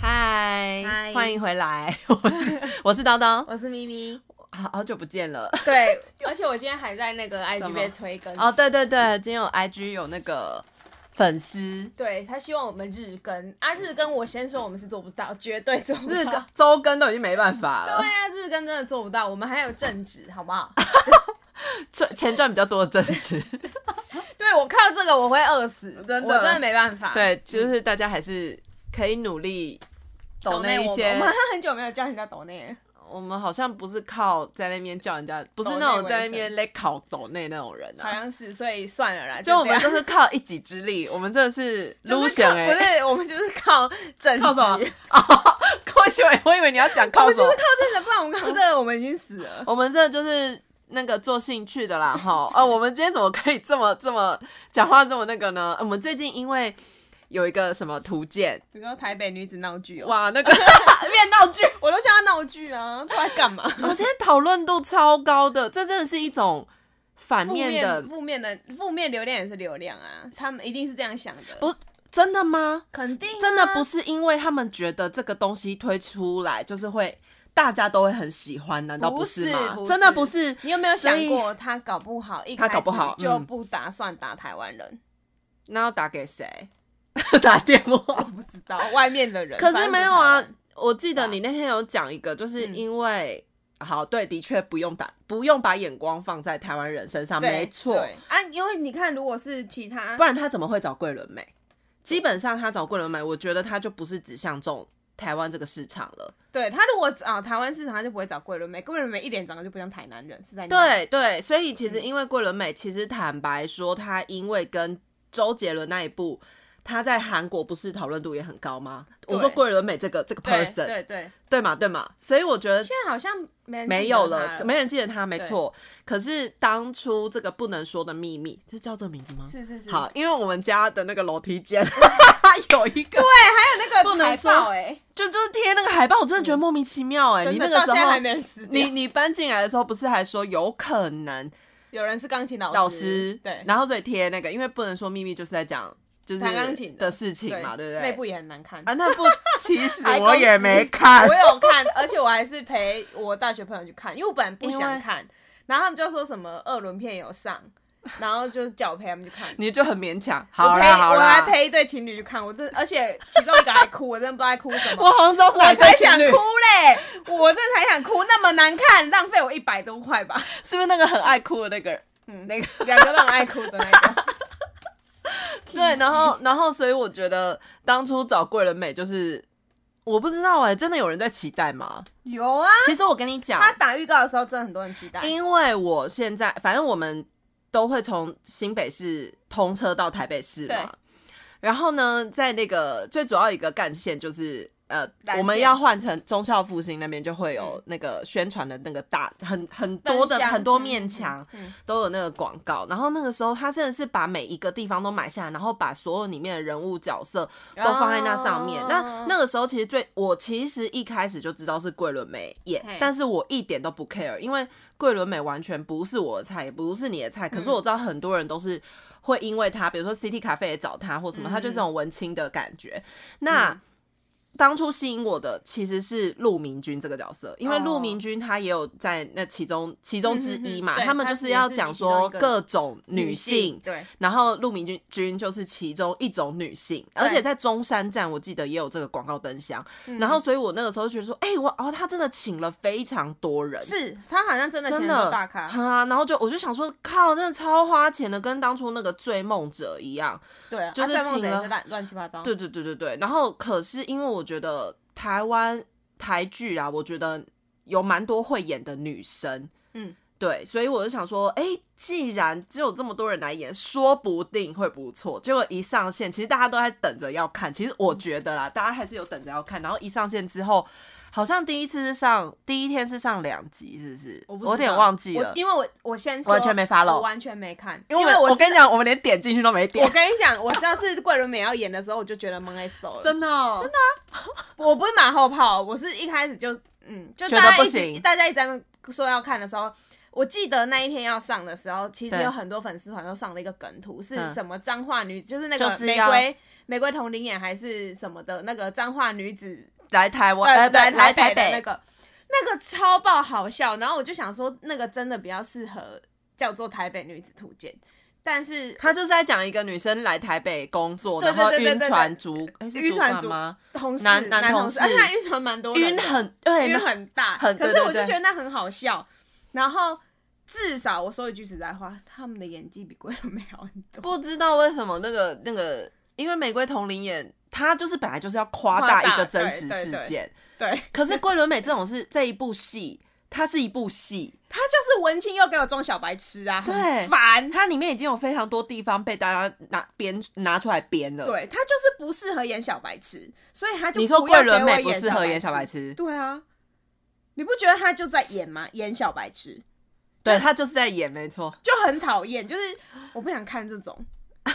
嗨嗨欢迎回来， 我是我是叨叨，我是咪咪。好好久不见了。对， 而且我今天还在那个什 IG 么被催更。哦，对对对，今天有 IG 有那个粉丝对他希望我们日更啊，日更我先说我们是做不到，绝对做不到。日更周更都已经没办法对了，啊，日更真的做不到，我们还有正职，好不好？啊赚钱赚比较多的正 职。对我看到这个我会饿死，真的我真的没办法。，对，就是大家还是可以努力抖抖那内一我些们，我。们很久没有叫人家抖内了，我们好像不是靠在那边叫人家，不是抖内那种为在那生边勒考抖内那种人好啊。像是，所以算了啦，就我这们样。就是靠一己之力，我们真的是 就撸是险靠哎，不是，我们就是靠正职， 靠什么？ 哦，我以为我以为你要讲我靠们什么就是靠。正职，不然我们靠这个我们已经死 了。我们这就是那个做兴趣的啦，哈。呃，我们今天怎么可以这么这么讲话这么那个呢？呃我们最近因为有一个什么图鉴，比如说台北女子闹剧哦，哇，那 个变闹剧，我都叫她闹剧啊，不然干嘛？ 我现在讨论度超高的，这真的是一种反负面的，负面的负面流量也是流量啊，他们一定是这样想的，不真的吗？肯定啊、真的不是因为他们觉得这个东西推出来就是会大家都会很喜欢，难道不是是吗？不真的是不是，你有没有所想以过他搞不好一他开搞不好始就嗯不打算打台湾人？那要打给 谁？打电话。不知道外面的人，可反是正没有不啊台湾，我记得你那天有讲一个，就是嗯因为、好对，的确不用打，不用把眼光放在台湾人身上，对没错，对啊，因为你看，如果是其他不然他怎么会找桂纶镁？基本上他找桂纶镁，我觉得他就不是只相中台湾这个市场了。对他如果找啊台湾市场，他就不会找桂纶镁，桂纶镁一脸长得就不像台南人，是在哪对对，所以嗯其实因为桂纶镁，其实坦白说，他因为跟周杰伦那一部，他在韩国不是讨论度也很高吗？我说对桂纶镁这个这个对 person，对对，对嘛对嘛，所以我觉得现在好像没人没记有得他了，了，没人记得他，没对错。可是当初这个不能说的秘密，是叫这名字吗？是是是，好，因为我们家的那个楼梯 间有一个，对，还有那个不能海说报哎，就就是贴那个海报，我真的觉得莫名其妙哎、你嗯真那的个到时现在还候，没人死掉，你你搬进来的时候，不是还说有可能有人哦是钢琴老师，老师对，然后所以贴那个，因为不能说秘密，就是在讲就是弹钢琴的的事情嘛，对不内对？部也很难看啊，，那不， 其实还我也攻击没看 我，有看，而且我还是陪我大学朋友去看，因为我本来不因想为看，然后他们就说什么二轮片 有上，然后就叫我陪他们去看。你就很勉强。我好陪啦好我还啦，陪一对情侣去看，我真的而且其中一个还哭，我真的不知道在哭 什我么，好像知道是哪我一对才情想哭侣嘞，我这才想哭，那么难看，浪费我一百多块 吧，是不是那个很爱哭的那个人？嗯，那个两个都很爱哭的那 个，对，然后然后，所以我觉得当初找桂纶镁就是，我不知道哎、真的有人在期待吗？有啊，其实我跟你讲，他打预告的时候真的很多人期待，因为我现在反正我们都会从新北市通车到台北市嘛对，然后呢，在那个最主要一个干线就是。呃，蓝我们线嗯要换成忠孝复兴那边就会有那个宣传的那个大很很多的灯箱很多面墙，，嗯嗯嗯都有那个广告，然后那个时候他真的是把每一个地方都买下来，然后把所有里面的人物角色都放在那上面。哦那那个时候其实最我其实一开始就知道是桂纶镁演嘿，但是我一点都不 care，因为桂纶镁完全不是我的菜，也不是你的菜。嗯可是我知道很多人都是会因为他，比如说 CT 咖啡也找他或什么，他就这种文青的感觉。那、嗯当初吸引我的其实是陆明君这个角色，因为哦陆明君他也有在那其中其中之一嘛，嗯哼哼对他们就是要讲说各种女性，对，然后陆明君君就是其中一种女性，而且在中山站我记得也有这个广告灯箱，嗯然后所以我那个时候就觉得说，哎、我哦，他真的请了非常多人，是他好像真的真钱的都大咖，啊，然后就我就想说，靠，真的超花钱的，跟当初那个追梦者一样，对啊，就是啊醉梦者请了也是乱乱七八糟，对对对对对。然后可是因为我觉得台湾台剧啊，我觉得有蛮多会演的女生，嗯，对，所以我就想说，哎、既然只有这么多人来演，说不定会不错。结果一上线，其实大家都在等着要看。其实嗯我觉得啦，大家还是有等着要看。然后一上线之后。好像第一次是上第一天是上两集，是不是？我不知道有点忘记了我，因为我我先说完全没 follow 我完全没看，因为我我跟你知讲，我们连点进去都没点 我，跟你讲，我知道是桂纶镁要演的时候，我就觉得蒙爱手了。真的哦、真的我不是马后炮，我是一开始就嗯，就觉得大家不一起行大家一直在说要看的时候，我记得那一天要上的时候，其实对有很多粉丝团都上了一个梗图，是嗯什么脏话女，就是那就个是玫要瑰玫瑰同龄眼还是什么的那个脏话女子，来台湾，呃，呃，不来来台台的那北，个，那个超爆好笑。然后我就想说，那个真的比较适合叫做《台北女子图鉴》，但是他就是在讲一个女生来台北工作，对然后对对对晕对船族，哎，是晕主船管族吗？同事男男同同事，事而且他 晕船蛮多人晕的，很对，晕然后很大，很可对是对我就对觉得那很好笑。然后至少我说一句实在话，他们的演技比桂纶镁好很多。不知道为什么那个那个，因为玫瑰同龄演，他就是本来就是要夸夸大大一个真对实对事对件，对，可是桂纶镁这种是这一部戏，它是一部戏，他就是文青又给我装小白痴啊，很对烦。它里面已经有非常多地方被大家拿编拿出来编了。，对他就是不适合演小白痴，所以他就你说不要桂纶给我镁不适合演小白痴。痴，对啊，你不觉得他就在演吗？演小白痴对他就是在演，没错。就很讨厌，就是我不想看这种。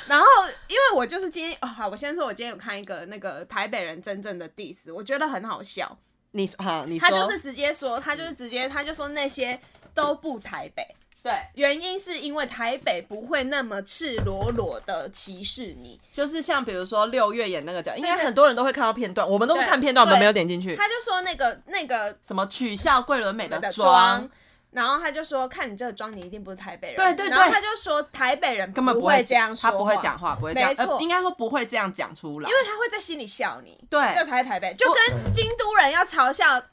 然后，因为我就是今天哦，好，我先说，我今天有看一个那个台北人真正的 diss，我觉得很好笑。你好，你说他就是直接说，他就是直接，他就说那些都不台北，对，原因是因为台北不会那么赤裸裸的歧视你。就是像比如说六月演那个奖，应该对很多人都会看到片段，我们都是对看片段，我们对没有点进去。他就说那个那个什么取笑桂纶镁的的妆妆，，然后他就说看你这个妆，你一定不是台北人。对对对然后他就说台北人根本不会这样说，他不会，讲话，不会没讲，呃错应该说不会这样讲出来，因为他会在心里笑你。对这才是台北，就跟京都人要嘲笑。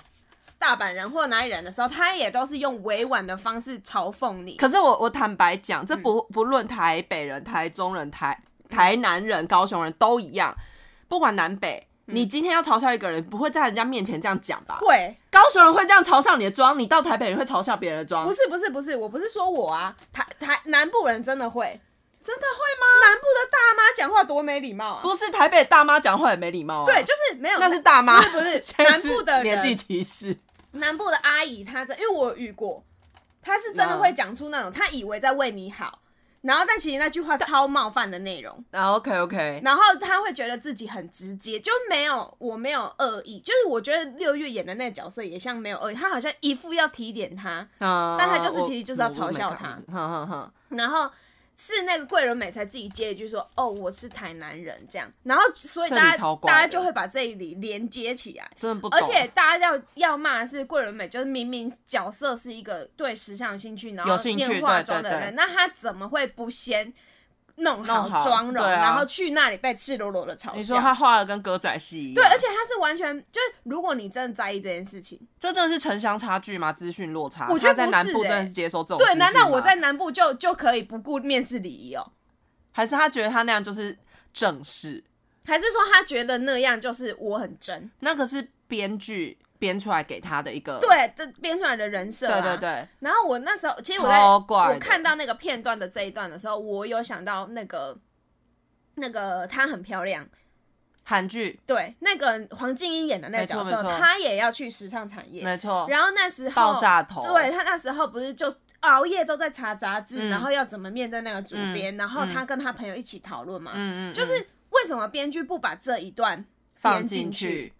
大阪人或哪里人的时候，他也都是用委婉的方式嘲讽你。可是我我坦白讲，嗯这不不论台北人、台中人、台台南人、高雄人都一样，不管南北，嗯你今天要嘲笑一个人，不会在人家面前这样讲吧？会，高雄人会这样嘲笑你的妆，你到台北人会嘲笑别人的妆不，是不是不是，我不是说我啊，台台南部人真的会，真的会吗？南部的大妈讲话多没礼貌啊！不是台北大妈讲话很没礼貌、啊，对，，就是没有，那是大妈，不是不是 现在南部的年纪人，歧视，南部的阿姨，她真，因为我有遇过，她是真的嗯会讲出那种，她以为在为你好，然后但其实那句话超冒犯的内容，啊，OK OK，然后她会觉得自己很直接，就没有我没有恶意，就是我觉得六月演的那个角色也像没有恶意，她好像一副要提点她，嗯，但他就是我其实就是要我嘲笑我没看他哼哼哼，然后是那个桂纶镁才自己接一句说：“哦，我是台南人。”这样，然后所以这大里家超大怪家的就会把这里连接起来。真的不懂，啊而且大家要要骂的是桂纶镁，就是明明角色是一个对时尚有兴趣，然后有兴趣念化妆的对对人，对那他怎么会不先弄弄好妆容，对啊然后去那里被赤裸裸的嘲笑？你说他画的跟歌仔戏一样，对，而且他是完全就是，如果你真的在意这件事情，这真的是城乡差距吗？资讯落差，我觉得他在不南是部欸真的是接收这种资对，讯吗，难道我在南部就就可以不顾面试礼仪哦？还是他觉得他那样就是正式？还是说他觉得那样就是我很真？那个是编剧编出来给他的一个，对，这编出来的人设、啊。对对。对，然后我那时候，其实我在超怪的我看到那个片段的这一段的时候，我有想到那个那个她很漂亮，韩剧对，那个黄静英演的那个没错角色，没错她也要去时尚产业。没错，然后那时候爆炸头，对他那时候不是就熬夜都在查杂志，嗯然后要怎么面对那个主编，然后他跟他朋友一起讨论嘛，嗯，嗯嗯，就是为什么编剧不把这一段放编进去，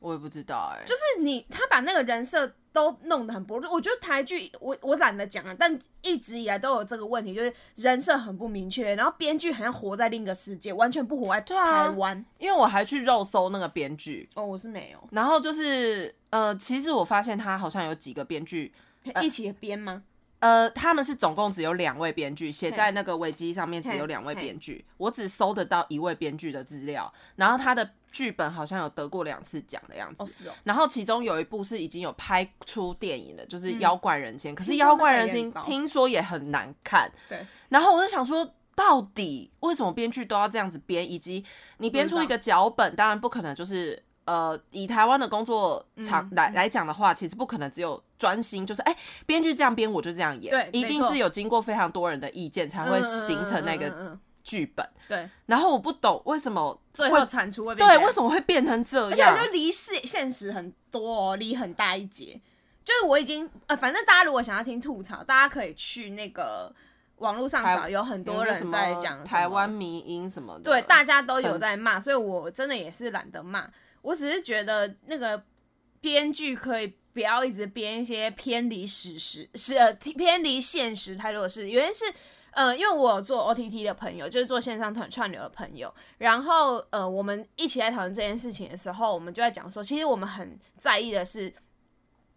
我也不知道哎、就是你他把那个人设都弄得很薄弱。我觉得台剧我我懒得讲了，但一直以来都有这个问题，就是人设很不明确，然后编剧好像活在另一个世界，完全不活在啊台湾。因为我还去肉搜那个编剧，哦，我是没有、然后就是呃，其实我发现他好像有几个编剧。一起编吗？呃，他们是总共只有两位编剧，写嘿在那个维基上面只有嘿两位嘿编剧，我只搜得到一位编剧的资料，然后他的剧本好像有得过两次奖的样子。哦，是哦，然后其中有一部是已经有拍出电影的，就是嗯《妖怪人间》，可是《听说妖怪那人个也间很》糟听说也很难看。对，然后我就想说，到底为什么编剧都要这样子编，以及你编出一个脚本，当然不可能就是呃，以台湾的工作场嗯来、来讲的话，其实不可能只有专心，就是哎，编、剧这样编我就这样演，对一定没错是有经过非常多人的意见才会形成那嗯个嗯嗯嗯嗯剧本。对，然后我不懂为什么最会后产出会变对这样为什么会变成这而且样我，就离现现实很多、哦，离很大一截。就是我已经呃，反正大家如果想要听吐槽，大家可以去那个网络上找，台有很多有一个人什在么讲什么台湾，迷音什么的，对，大家都有粉在骂，所以我真的也是懒得骂，我只是觉得那个编剧可以不要一直编一些偏离史实、是呃偏离现实太多的事。原因是，呃，因为我有做 OTT 的朋友，就是做线上串串流的朋友，然后呃，我们一起来讨论这件事情的时候，我们就在讲说，其实我们很在意的是，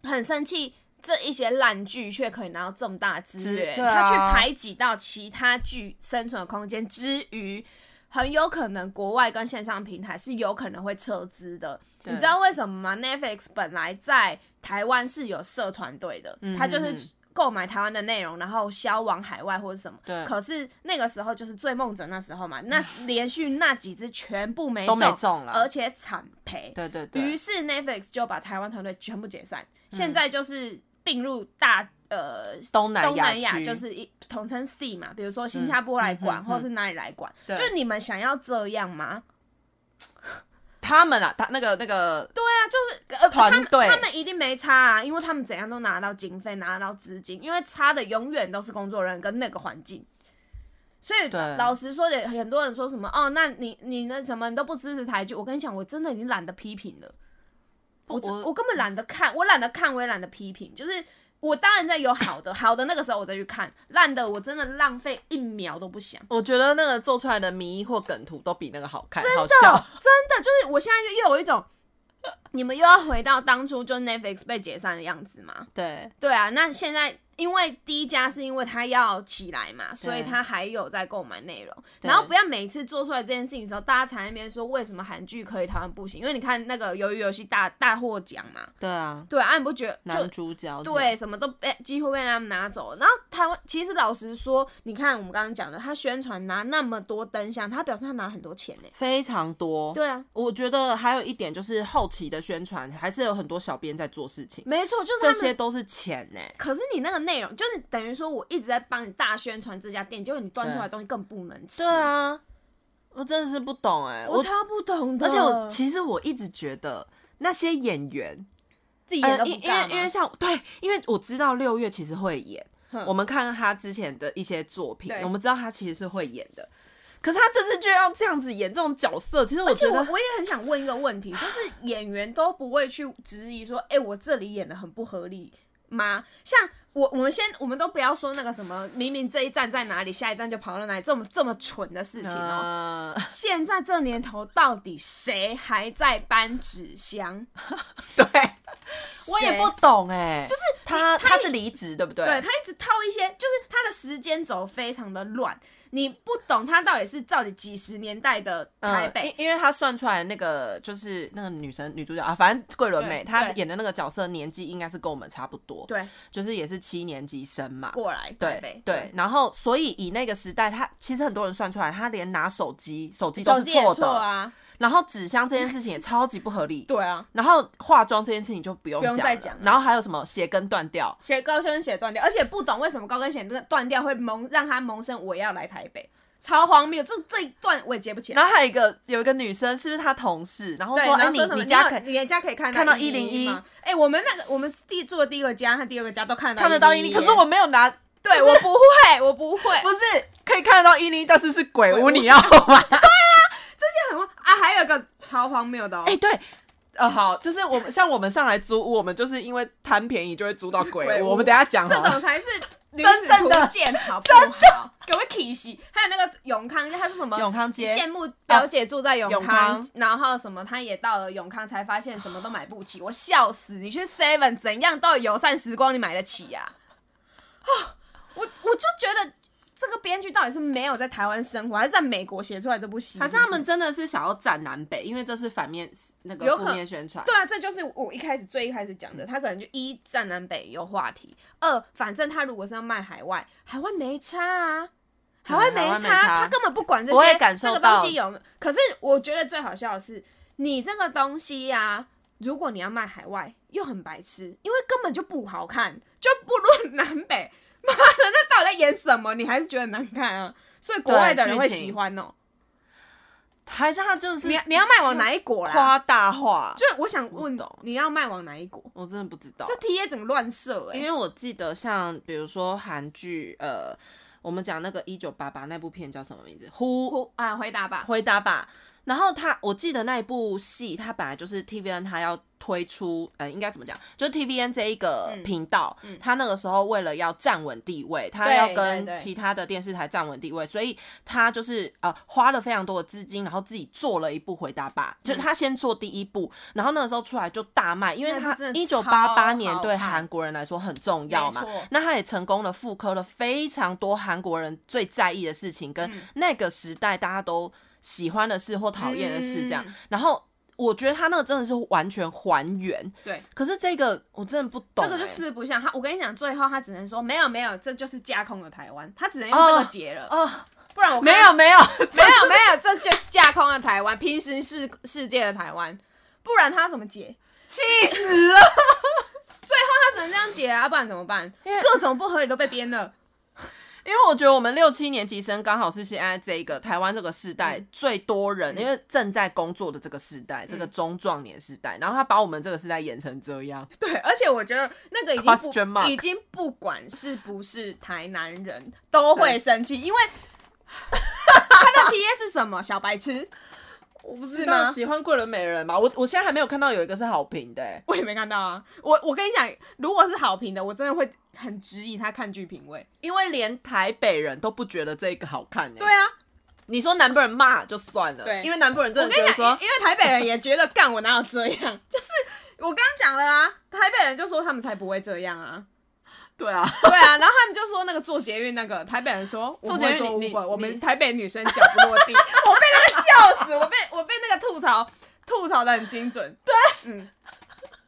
很生气。这一些烂剧却可以拿到这么大的资源，对啊它去排挤到其他剧生存的空间之余，很有可能国外跟线上平台是有可能会撤资的。对你知道为什么吗？Netflix 本来在台湾是有社团队的，它就是嗯购买台湾的内容，然后销往海外或者什么。对可是那个时候就是醉梦者那时候嘛，那连续那几支全部没都没中了而且惨赔。对对对嗯于，是 Netflix 就把台湾团队全部解散，现在就是并入大呃东南东亚南区亚就是一统称 C 嘛，比如说新加坡来管，嗯嗯嗯或是哪里来管，对就你们想要这样吗？他们啊，他那个那个对啊，就是呃，团他们队他们一定没差啊，因为他们怎样都拿到经费，拿到资金，因为差的永远都是工作人员跟那个环境。所以对老实说的，很多人说什么哦，那你你那什么你都不支持台剧，我跟你讲，我真的已经懒得批评了。我我我根本懒得看，我懒得看，我也懒得批评。就是我当然在有好的，好的那个时候我再去看，烂的我真的浪费一秒都不想。我觉得那个做出来的迷或梗图都比那个好看，好真笑的。真的就是我现在又又有一种，你们又要回到当初就 Netflix 被解散的样子吗？对，对啊，那现在因为第一家是因为它要起来嘛，所以它还有在购买内容。对然后不要每次做出来这件事情的时候，大家才在那边说为什么韩剧可以，台湾不行？因为你看那个《鱿鱼游戏大》大获奖嘛，对啊，对啊，你不觉得就男主角这样，对，什么都被几乎被他们拿走了。然后台湾其实老实说，你看我们刚刚讲的，他宣传拿那么多灯箱，他表示他拿很多钱呢、非常多。对啊，我觉得还有一点就是后期的宣传，还是有很多小编在做事情，没错，就是这嗯他些们。都是钱呢、可是你那个内容，就是等于说我一直在帮你大宣传这家店，结果你端出来的对东西更不能吃。对，啊，我真的是不懂哎、我超呃不懂的。而且我其实我一直觉得那些演员，自己演呃，都因不因为啊干嘛、因为像对，因为我知道六月其实会演，我们看他之前的一些作品对，我们知道他其实是会演的。可是他这次就要这样子演这种角色，其实我而且觉我得我也很想问一个问题，就是演员都不会去质疑说，哎、我这里演的很不合理吗？像我，我们先，我们都不要说那个什么，明明这一站在哪里，下一站就跑到哪里，这么这么蠢的事情哦、嗯， 现在这年头，到底谁还在搬纸箱？对，我也谁不懂哎、就是他他他是离职对不对？对他一直套一些，就是他的时间轴非常的乱，你不懂他到底是到底几十年代的嗯台北，因因为他算出来那个就是那个女生女主角啊，反正桂纶镁对她对演的那个角色年纪应该是跟我们差不多，对，就是也是七年级生嘛。过来台北对，对，然后所以以那个时代，他其实很多人算出来，他连拿手机，手机都手是机也错错的，啊，然后纸箱这件事情也超级不合理，对啊。然后化妆这件事情就不用不用讲再了讲了然后还有什么鞋跟断掉，鞋高跟鞋断掉，而且不懂为什么高跟鞋那个断掉会萌让他萌生我要来台北，超荒谬！这这一段我也接不起来。然后还有一个有一个女生是不是她同事，然后对，说然哎后你说什么？你你家有可你的家可以看看到101 101吗？哎、我们那个我们第住的第一个家和第二个家都看得到看得到一 零， 101可是我没有拿，对我不会，我不 会，不是可以看得到一零，但是是鬼鬼屋，屋你 要吗？这很荒啊！还有一个超荒谬的哦，哎、对。呃，好，就是我们像我们上来租屋，我们就是因为贪便宜就会租到鬼屋。鬼屋我们等一下讲这好了种才是真真正的见好不好？给我体系。还有那个永康，他说什么？永康街羡慕表姐住在啊永永康然后什么，他也到了永康才发现什么都买不起，我笑死！你去 Seven 怎样都有友善时光，你买得起呀、啊？我我就觉得这个编剧到底是没有在台湾生活，还是在美国写出来这部戏？还是他们真的是想要站南北，因为这是反面那个有可负面宣传。对啊，这就是我一开始最一开始讲的，他可能就一站南北有话题，二反正他如果是要卖海外，海外没差啊。海外没海外没差，差他根本不管这我些也感受这个到东西有没有。可是我觉得最好笑的是，你这个东西呀、如果你要卖海外，又很白痴，因为根本就不好看，就不论南北，妈的，那到底在演什么？你还是觉得难看啊。所以国对外的人剧会情喜欢哦、还是他就是你要你要卖往哪一国啦？夸大化，就我想问不懂，你要卖往哪一国？我真的不知道这。T A 整个乱射哎、因为我记得像比如说韩剧，呃，我们讲那个一九八八那部片叫什么名字？呼我啊，回答吧。回答吧。然后他，我记得那一部戏，他本来就是 TVN 他要推出，呃，应该怎么讲？就是 TVN 这一个嗯频道，他那个时候为了要站稳地位，他对要对跟对其他的电视台站稳地位，所以他就是呃花了非常多的资金，然后自己做了一部《回答吧》，就是他先做第一部，然后那个时候出来就大卖，因为嗯那部他真的一九超八八好年对看韩国人来说很重要嘛没错，那他也成功的复刻了非常多韩国人最在意的事情，跟嗯那个时代大家都喜欢的事或讨厌的事这样嗯。然后我觉得他那个真的是完全还原，对，可是这个我真的不懂、这个就欸四不像他。我跟你讲，最后他只能说没有没有，这就是架空了台湾，他只能哦用这个结了，哦，不然我看没有 没有，没有没有，这就架空了台湾，平行世世界的台湾，不然他怎么解？气死了！他只能这样解啊，不然怎么办？各种不合理都被编了。因为我觉得我们六七年级生刚好是现在这个台湾这个世代嗯最多人，因为正在工作的这个世代，这个中壮年世代，然后他把我们这个世代演成这样，对，而且我觉得那个已经 Question mark 不已经不管是不是台南人都会生气，因为 他的 T A 是什么？小白痴，我不是吗喜欢桂纶镁的人嘛？我我现在还没有看到有一个是好评的、欸， 我也没看到啊。我我跟你讲，如果是好评的，我真的会很质疑他看剧品味。因为连台北人都不觉得这个好看、欸。对，啊，你说南部人骂就算了，对因为南部人真我的跟觉你得讲，说因因为台北人也觉得干我哪有这样， 就是我刚讲了啊，台北人就说他们才不会这样啊，对啊， 对啊，然后他们就说那个坐捷运那个台北人说我坐不捷会运 坐你你 Uber，我你们台北女生脚不落地， 我被那个笑死，我被我被那个吐槽吐槽的很精准，对，嗯。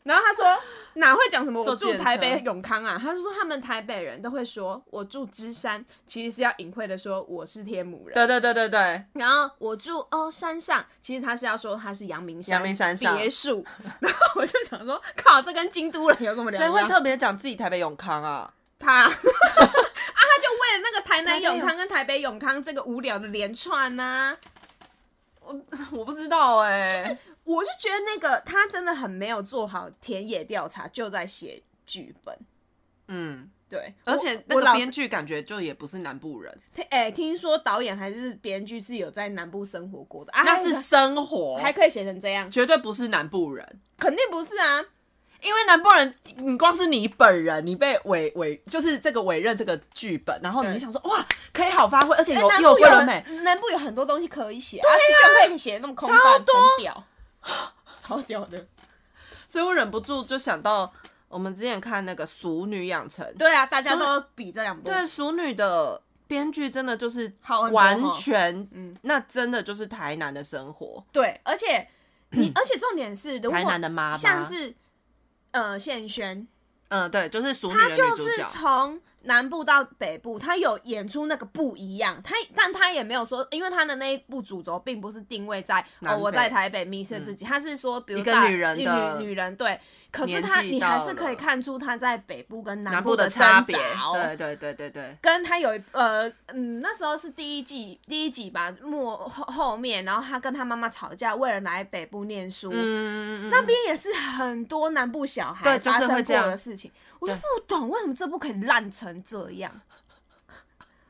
然后他说哪会讲什么坐我计住程车台北永康啊？他就说他们台北人都会说我住芝山，其实是要隐晦的说我是天母人。对对对对对，然后我住哦山上，其实他是要说他是阳明山阳明山上别墅， 然后我就想说，靠，这跟京都人有什么两谁样？会特别讲自己台北永康啊？ 他 啊，他就为了那个台南永康跟台北永康这个无聊的连串呢、我不知道哎、欸，我就觉得那个他真的很没有做好田野调查，就在写剧本。嗯，对，而我且那我个老编是剧感觉就也不是南部人，听哎、听说导演还是编剧是有在南部生活过的啊，那还是哦生活，还可以写成这样，绝对不是南部人。肯定不是啊。因为南部人，你光是你本人，你被委委就是这个委任这个剧本，然后你就对想说哇，可以好发挥，而且哎有南部有桂纶镁，很南部有很多东西可以写，啊，就可以写得那么空泛，超很多屌，超屌的。所以我忍不住就想到我们之前看那个《俗女养成》，对啊，大家都比这两部。对啊《俗女》的编剧真的就是好很多完哦全，嗯那真的就是台南的生活，对，而且 你，而且重点是，如果台南的妈妈像是呃宪轩，嗯，对，就是《俗女》他的女就主是角，从南部到北部，他有演出那个不一样，他但他也没有说，因为他的那一部主轴并不是定位在南哦北嗯我在台北迷失自己，他是说比如一个大女人的女女人对，可是年他纪你到还是可了以看出他在北部跟南部部的挣差别，扎哦对对对对对，跟他有一呃嗯，那时候是第一季第一集吧，末后后面，然后他跟他妈妈吵架，为了来北部念书，嗯，那边也是很多南部小对孩就发是生会这过样的事情，我就不懂为什么这部可以烂成这样。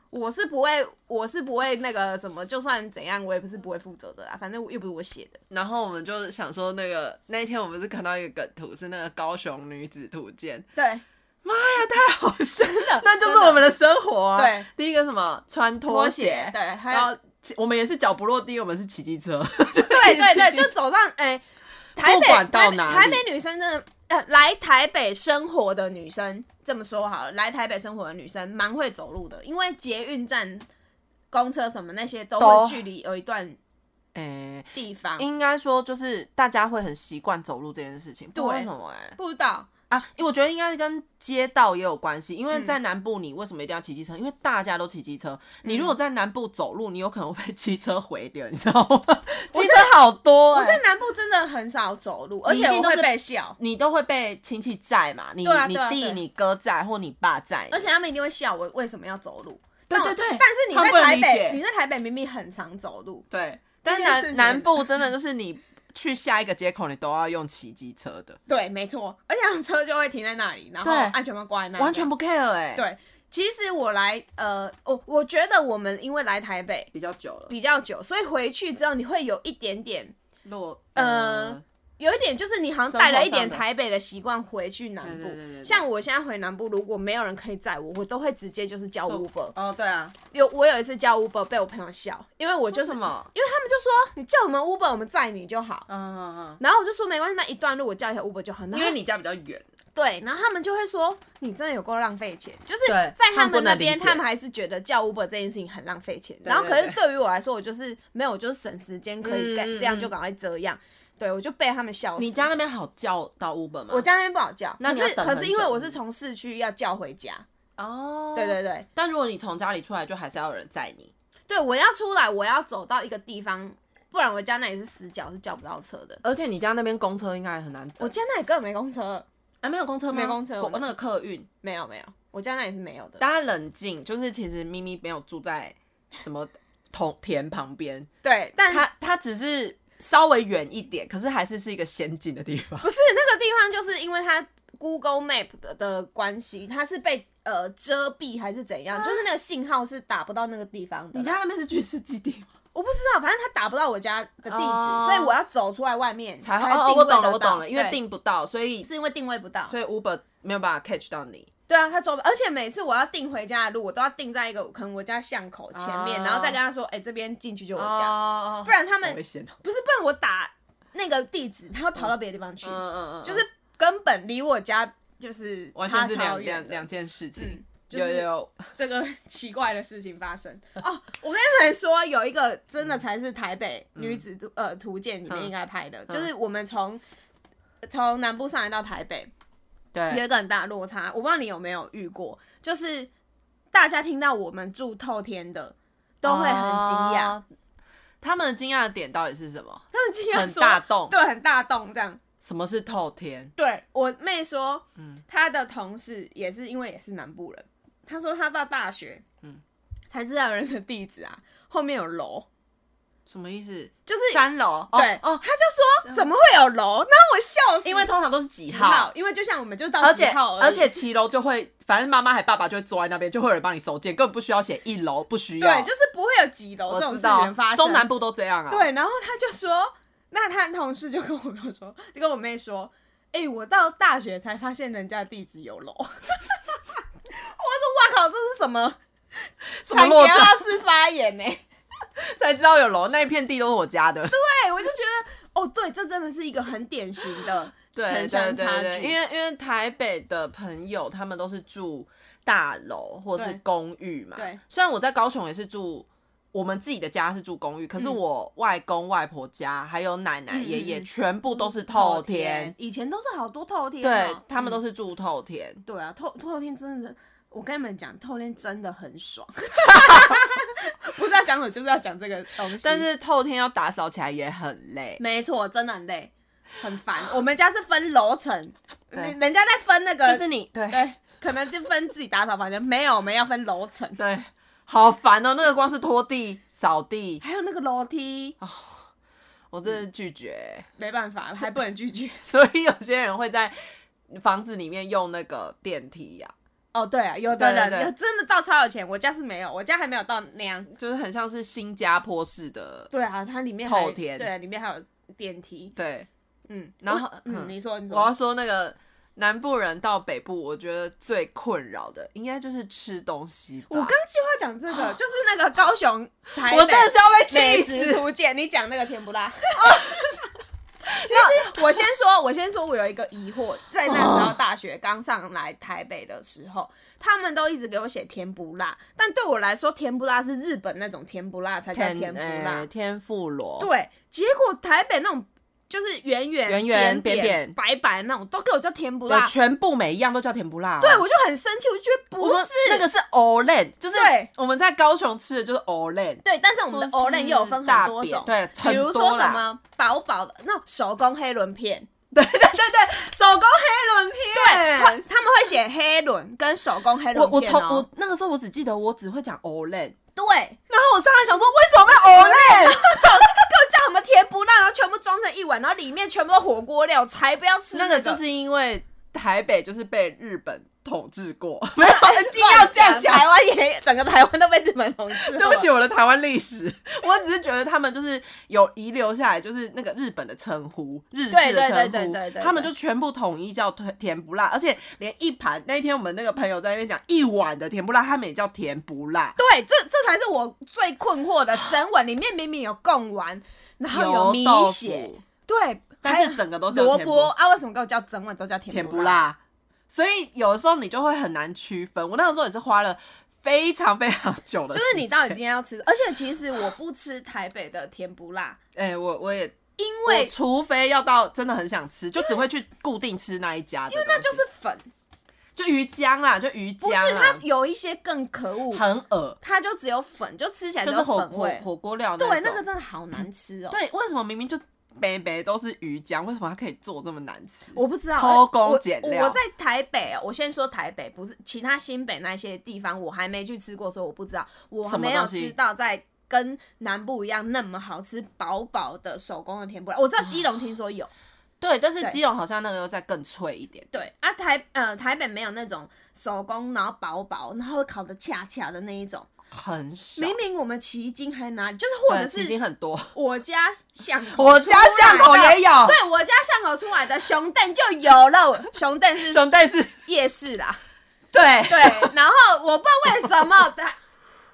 我是不会，我是不会那个什么，就算怎样，我也不是不会负责的啦，反正又不是我写的。然后我们就想说，那个那一天我们是看到一个梗图，是那个高雄女子图鉴，对，妈呀，太好笑了，真的，那就真是的我们的生活啊。对，第一个什么穿拖拖鞋鞋，，对，还然有后骑我们也是脚不落地，我们是骑机车， 对 对对对，就走上哎、台不北管到台北哪里台北女生真的呃，来台北生活的女生这么说好了，来台北生活的女生蛮会走路的，因为捷运站、公车什么那些都都会距离有一段诶、地方，应该说就是大家会很习惯走路这件事情，不知道对为什么哎、步道啊，因为我觉得应该跟街道也有关系，因嗯为在南部你为什么一定要骑机车？因为大家都骑机车，你嗯如果在南部走路，你有可能会被 机车毁掉，你知道吗？机车好多、欸，在南部真的很少走路，而你一且定我都会是嗯被笑，你都会被亲戚在嘛，你、对啊你对啊弟、对你哥在或你爸在，而且他们一定会笑我为什么要走路。对但我对对但是你他们在不能台理北解，你在台北明明很常走路，对，但是这件事南情南部真的就是你去下一个街口，你都要用骑机车 的，对，没错，而且他们车就会停在那里，然后对安全帽挂在那里，完全不 care 哎、对，其实我来，呃，我我觉得我们因为来台北比较久了，比较久，所以回去之后你会有一点点，落呃，有一点就是你好像带了一点生活上的台北的习惯回去南对部对对对对，像我现在回南部，如果没有人可以载我，我都会直接就是叫 Uber。哦，对啊，有我有一次叫 Uber 被我朋友笑，因为我就为什是因为么？他们就说你叫我们 Uber，我们载你就好。嗯嗯然后我就说没关系，那一段路我叫一条 Uber 就好。然嗯，后因为你家比较远，对，然后他们就会说你真的有够浪费钱，就是对在他他们不们能那理边，解他们还是觉得叫 Uber 这件事情很浪费钱。然后可对是对于我来说，我就是没有，我就是省时间，可以赶嗯嗯这样就赶快这样。对，我就被他们笑死。你家那边好叫到 Uber 吗？我家那边不好叫，那可你要是等可很是因为久我是从市区要叫回家，哦，对。对对但如果你从家里出来，就还是要有人载你。对，我要出来，我要走到一个地方，不然我家那里是死角，是叫不到车的。而且你家那边公车应该也很难我等。家那里根本没公车，啊，没有公车吗？没公车狗那个客运。没有没有，我家那里是没有的。大家冷静，就是其实咪咪没有住在什么同田旁边，对，但她她只是稍微远一点，可是还是是一个先进的地方。不是那个地方，就是因为它 Google Map 的的关系，它是被呃遮蔽还是怎样，就是那个信号是打不到那个地方的啦。你家那边是军事基地吗？我不知道，反正它打不到我家的地址，哦所以我要走出来外面才定哦哦，我位懂得了，我到懂了，因为对订不到，所以是因为定位不到，所以 Uber 没有办法 catch 到你。对啊，他走不，而且每次我要订回家的路，我都要订在一个可能我家巷口前面，哦然后再跟他说，哎、这边进去就我家，哦不然他好们危险哦。不是，不然我打那个地址，他会跑到别的地方去，嗯嗯嗯，就是根本离我家就是完差全是超两远两的两件事情嗯。就是有有，这个 奇怪的事情发生哦。我跟你们说，有一个嗯真的才是台北女子图、呃图鉴里面应该拍的，嗯就是我们从从南部上来到台北，有对一个很大的落差。我不知道你有没有遇过，就是大家听到我们住透天的，都会很惊讶，。哦他们的惊讶的点到底是什么？他们惊讶很说大洞，对，很大洞这样。什么是透天？对我妹说，嗯她的同事也是因为也是南部人，她说她到大学，嗯才知道有人的地址啊，后面有楼。什么意思？就是三楼，哦对，哦，他就说怎么会有楼？然后我笑死，因为通常都是几几号号，，因为就像我们就到而几且号而已且骑楼就会，反正妈妈还爸爸就会坐在那边，就会有人帮你收件，根本不需要写一楼，不需要。对，就是不会有几楼我这种知事情道能发，生。中南部都这样啊。，对，然后他就说，那他同事就跟我朋友说，就跟我妹说，哎、我到大学才发现人家地址有楼。 我说哇靠，这是什么？什么落差产业化式发言 呢、哎才知道有楼，那一片地都是我家的。对，我就觉得哦，对，这真的是一个很典型的 对城对乡对差距。对，因为因为台北的朋友他们都是住大楼或是对公寓嘛。对，虽然我在高雄也是住。我们自己的家是住公寓，可是嗯我外公外婆家还有奶奶嗯嗯爷爷嗯全部都是透天，以前都是好多透天对哦、他们嗯都是住透天，对啊，透透天真的，我跟你们讲，透天真的很 爽。不是要讲什么，就是要讲这个东西。但是透天要打扫起来也很累。没错，真的很累，很烦。我们家是分楼层，对人人家在分那个，就是你对对，可能就分自己打扫房间，没有，我们要分楼 层，对，好烦哦！那个光是拖地、扫地，还有那个楼梯，我真的拒绝。 没办法，还不能拒绝。所以有些人会在房子里面用那个电梯呀、 哦，对啊，有的人对对对有真的到超有钱，我家是没有，我家还没有到那样。就是很像是新加坡式的。对啊，它里面还透天对，里面还有电梯，对，嗯，然后我嗯，嗯你说你我说，要说那个南部人到北部，我觉得最困扰的应该就是吃东西吧。我刚就要讲这 个，就是那个高雄台我真的是要 被美气食死。图鉴，你讲那个甜不 辣。其实我先说，我先说，我有一个疑惑，在那时候大学刚上来台北的时候，他们都一直给我写甜不辣，但对我来说，甜不辣是日本那种甜不辣才叫甜不哎辣。天妇罗，对，结果台北那种就是圆圆、圆圆扁扁扁白白的那种，都给我叫甜不辣对，。全部每一样都叫甜不辣、啊对，我就很生气，我就觉得我不们是那个是 Olen，就是对我们在高雄吃的就是 Olen，对，但是我们的或 o 是 l e 又有分很多种，大便对比如很多说啦什么薄薄的那种手工黑轮片，对对对对，手工黑他轮片。他们会写黑轮跟手工黑我轮我片从哦我。那个时候我只记得我只会讲 Olen， 对，然后我上来想说为什么要 Olen？叫我们甜不辣，然后全部装成一碗，然后里面全部都火锅料，才不要吃那 个个就是因为。台北就是被日本统治过， 没有一定要这样讲。台湾也整个台湾都被日本统 治。对不起，，我的台湾历史， 我只是觉得他们就是有遗留下来，就是那个日本的称呼，日式的称呼，对对对对对对他们就全部统一叫甜甜不辣，而且连一盘那一天我们那个朋友在那边讲一碗的甜不辣，他们也叫甜不辣，对，这这才是我最困惑的。整碗里面明明有贡丸，然后有米豆血，腐，对，还但是整个都有叫萝甜不卜啊，为什么给我叫整碗都叫甜甜不不？辣，所以有的时候你就会很难区分。我那个时候也是花了非常非常久的就时是间，你到底今天要吃，而且其实我不吃台北的甜不辣，哎、我我也因我为除非要到真的很想吃，就只会去固定吃那一家的东西，因为那就是粉，就鱼浆啦，就鱼不浆是它啦，有一些更可恶，很恶，它就只有粉，就吃起来只就有是火粉火味。火锅料对，那那个种真的好难吃哦。对，为什么明明就北北都是鱼浆，为什么它可以做这么难吃？我不知道哎偷工我减我料我在台北，我先说台北，不是其他新北那些地方，我还没去吃过，所以我不知道，我什么没有东西吃到在跟南部一样那么好吃薄薄的手工的甜不辣。我知道基隆听说有，对，但是对基隆好像那个又再更脆一点，对啊台呃台北没有那种手工然后薄薄然后烤的恰恰的那一种。很少，明明我们奇经还拿，就是或者对，已是经很多，我家巷口，我家巷口也有，对我家巷口出来的熊蛋就有 了，熊蛋是熊但是夜市啦。对对，然后我不知道为什么 台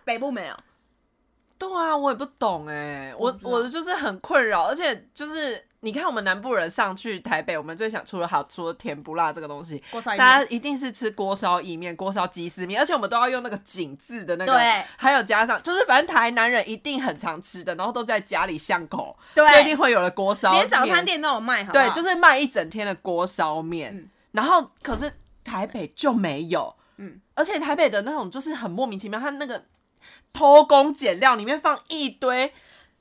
北部没有，对啊，我也不懂哎、我我不知道我就是很困扰，而且就是你看我们南部人上去台北，我们最想除了好除了甜不辣这个东西，郭少大一家一定是吃锅烧意面、锅烧鸡丝面，而且我们都要用那个井字的那个对，还有加上就是反正台南人一定很常吃的，然后都在家里巷口就一定对，会有了锅烧面，连早餐店都有卖，好不好对，就是卖一整天的锅烧面，嗯然后可是台北就没有，嗯而且台北的那种就是很莫名其妙，它那个偷工减料，里面放一堆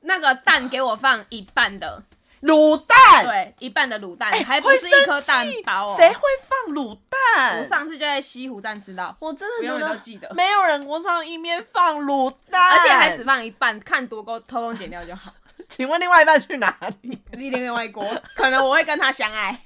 那个蛋给我放一半的，卤蛋，对，一半的卤蛋，哎，还不会是一颗生气蛋包哦。谁会放卤蛋？我上次就在西湖站吃到，我真的不觉用你都得记得没有人锅烧意面放卤蛋，而且还只。放一半，看多够偷工减料就好。 请问另外一半去哪里？ 你另外一锅，可能我会跟他相爱。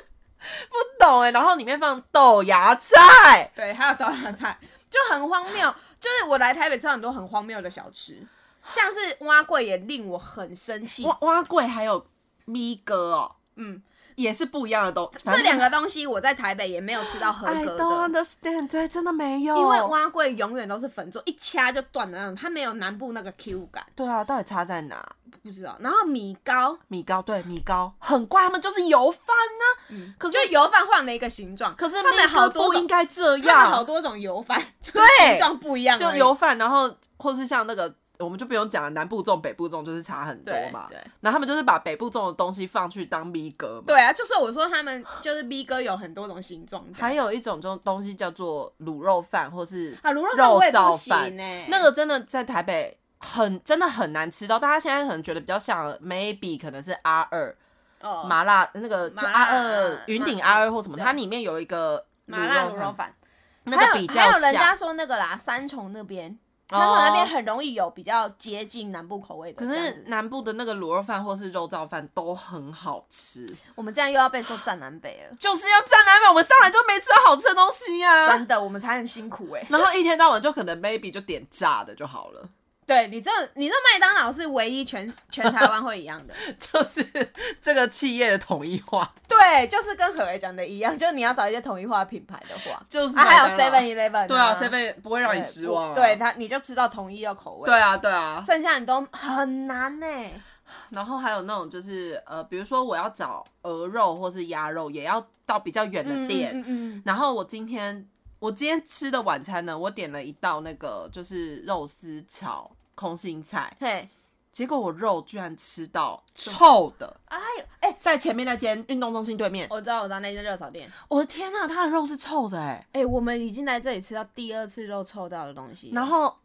不懂哎、然后里面放豆芽菜，对，还有豆芽菜，就很荒 谬。就是我来台北吃到很多很荒谬的小吃，像是蛙桂也令我很生气。蛙蛙桂还有咪哥哦，嗯，也是不一样的东。这两个东西我在台北也没有吃到合 I 格 don't 的。 understand，对，真的没有。因为蛙桂永远都是粉做，一掐就断的那种，它没有南部那个 Q 感，对啊，到底差在哪？不知道。然后米糕米糕对米糕很怪，他们就是油饭呐、可是嗯就油饭换了一个形状，可是他们米糕好多不应种，该这他们好样，多种油饭，就是对形状不一样而已，就油饭，然后或是像那个我们就不用讲了，南部粽北部粽就是差很多对嘛。对然后他们就是把北部粽的东西放去当米糕嘛。对啊，就是我说他们就是 B 哥有很多种形状的，还有一种就东西叫做卤肉饭，或是啊，卤肉饭肉我也不燥行欸饭呢、那个真的在台北很真的很难吃到，大家现在可能觉得比较像 maybe 可能是 R 二哦，麻辣那个就麻 R 辣二云顶麻 R 二或什么，对它里面有一个麻辣卤肉肉饭，饭，那还有个比还较有人家像。说那个啦，三重那边，三重那边很容易有比较接近南部口味的可这样是子。南部的那个卤肉饭或是肉燥饭都很好吃，我们这样又要被说占南北 了，就是要站南北，我们上来就没吃到好吃的东西呀、真的，我们才很辛苦哎、然后一天到晚就可能 maybe 就点炸的就好了， 对你这你这麦当劳是唯一全 全台湾会一样的，就是这个企业的统一化，对，就是跟何伟讲的一样，就是你要找一些统一化的品牌的话，就是啊，还有麦当劳 Seven Eleven，对啊，seven 不会让你失望、啊，对他你就知道统一的口味，对，啊，对啊。剩下你都很难欸呢、然后还有那种就是呃，比如说我要找鹅肉或是鸭肉，也要到比较远的店。嗯嗯然后我今天我今天吃的晚餐呢，我点了一道那个就是肉丝炒空心菜，嘿，结果我肉居然吃到臭的，哎呦，哎、在前面那间运动中心对面。我知道，我知道那间热炒店。我的天呐，它的肉是臭的哎、哎、我们已经来这里吃到第二次肉臭到的东西了，然后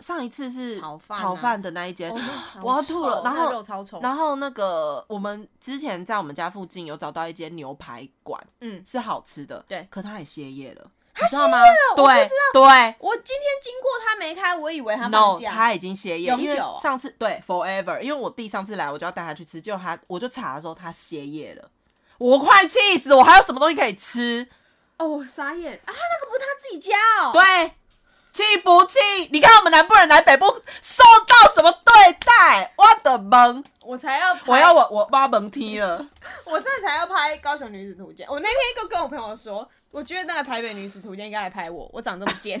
上一次是炒饭嗯啊炒饭的那一间，哦 我要吐了好臭然后那肉超臭，然后那个我们之前在我们家附近有找到一间牛排馆，嗯，是好吃的，对可它也歇业了，你哦知道吗？对对我今天经过它没开，我以为它放，no，假。它已经歇业，永久因为上次对 forever，因为我弟上次来我就要带他去吃，结果他我就查的时候他歇业了，我快气死，我还有什么东西可以吃？哦，我傻眼啊！他那个不是他自己家哦。对，气不气？你看我们南部人来北部受到什么对待？我的门，我才要拍我要我我挖门梯 了。我真的才要拍《高雄女子图鉴》。我那天就跟我朋友说，我觉得那个台北女子图鉴应该来拍我，我长这么尖。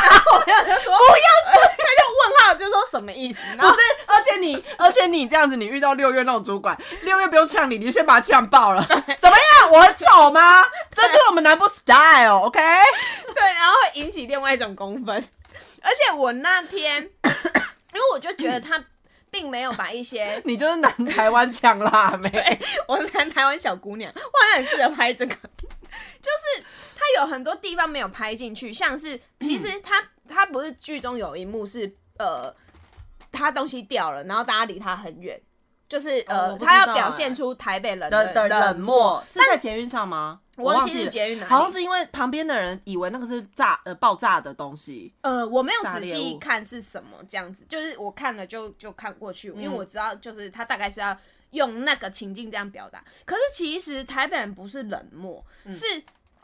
然后我朋友就说不要，他就问号，就说什么意思？然不后是，而且你，而且你这样子，你遇到六月那种主管，六月不用呛你，你就先把他呛爆了。怎么样？我很丑吗？这就是我们南部 style，OK？、 对，然后会引起另外一种公愤。而且我那天，因为我就觉得他并没有把一些你就是南台湾呛辣妹， 我南台湾小姑娘，我好像很适合拍这个， 就是它有很多地方没有拍进去，像是其实它它不是剧中有一幕是呃，他东西掉了，然后大家离他很远，就是哦我呃，不知道他要表现出台北人的冷漠是在捷运上吗？我忘记是捷运哪里，好像是因为旁边的人以为那个是炸呃爆炸的东西，呃，我没有炸仔猎细物看是什么这样子，就是我看了就就看过去，因为嗯我知道就是他大概是要用那个情境这样表达。可是其实台北人不是冷漠，嗯是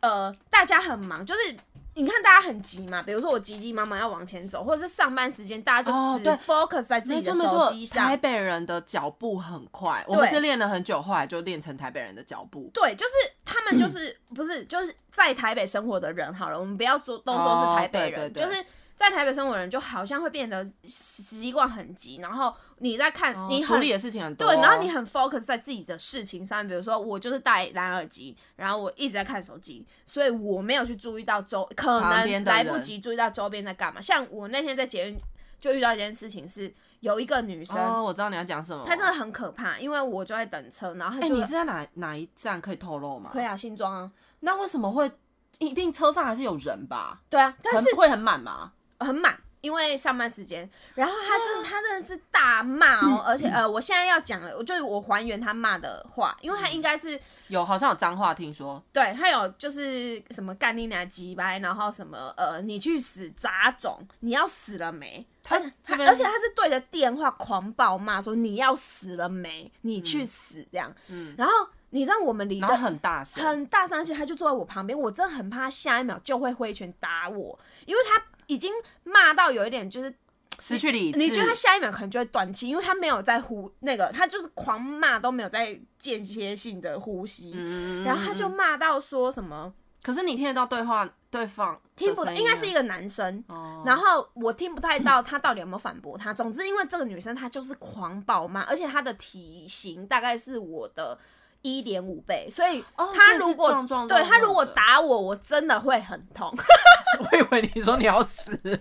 呃大家很忙，就是你看大家很急嘛，比如说我急急忙忙要往前走，或者是上班时间大家哦就只对 focus 在自己的手机上，台北人的脚步很快，我们是练了很久，后来就练成台北人的脚步。对，就是他们就是、不是就是在台北生活的人好了，我们不要说都说是台北人，哦对对对就是在台北生活的人就好像会变得习惯很急，然后你在看、你哦处很理的事情很多，对，然后你很 focus 在自己的事情上面，比如说我就是戴蓝耳机，然后我一直在看手机，所以我没有去注意到周，可旁边能的来人不及注意到周边在干嘛。像我那天在捷运就遇到一件事情是，有一个女生，哦，我知道你要讲什么，她真的很可怕，因为我就在等车，然后她哎、就你是在哪哪一站可以透露吗？可以啊，新装啊，那为什么会一定车上还是有人吧？对啊，但很是会很满吗？很满，因为上班时间。然后他真他真的是大骂嗯哦，而且呃，我现在要讲了，我就是我还原他骂的话，因为他应该是有好像有脏话，听说对他有就是什么干你俩鸡掰，然后什么呃，你去死杂种，你要死了没？他他这边而且他是对着电话狂暴骂说你要死了没？你去死这样。然后你知道我们离嗯然后的很大声，很大声，而且他就坐在我旁边，我真的很怕他下一秒就会挥拳打我，因为他已经骂到有一点就是失去理智。你觉得他下一秒可能就会断气，因为他没有在呼那个，他就是狂骂都没有在间歇性的呼吸，嗯然后他就骂到说什么可是你听得到对话对方听不到，到，应该是一个男生，哦然后我听不太到他到底有没有反驳他。总之，因为这个女生她就是狂暴骂，而且她的体型大概是我的。一点五倍，所以哦她所以是如果、壮壮肉对肉她如果的打我，我真的会很痛。 我以为你说你要死，我都会，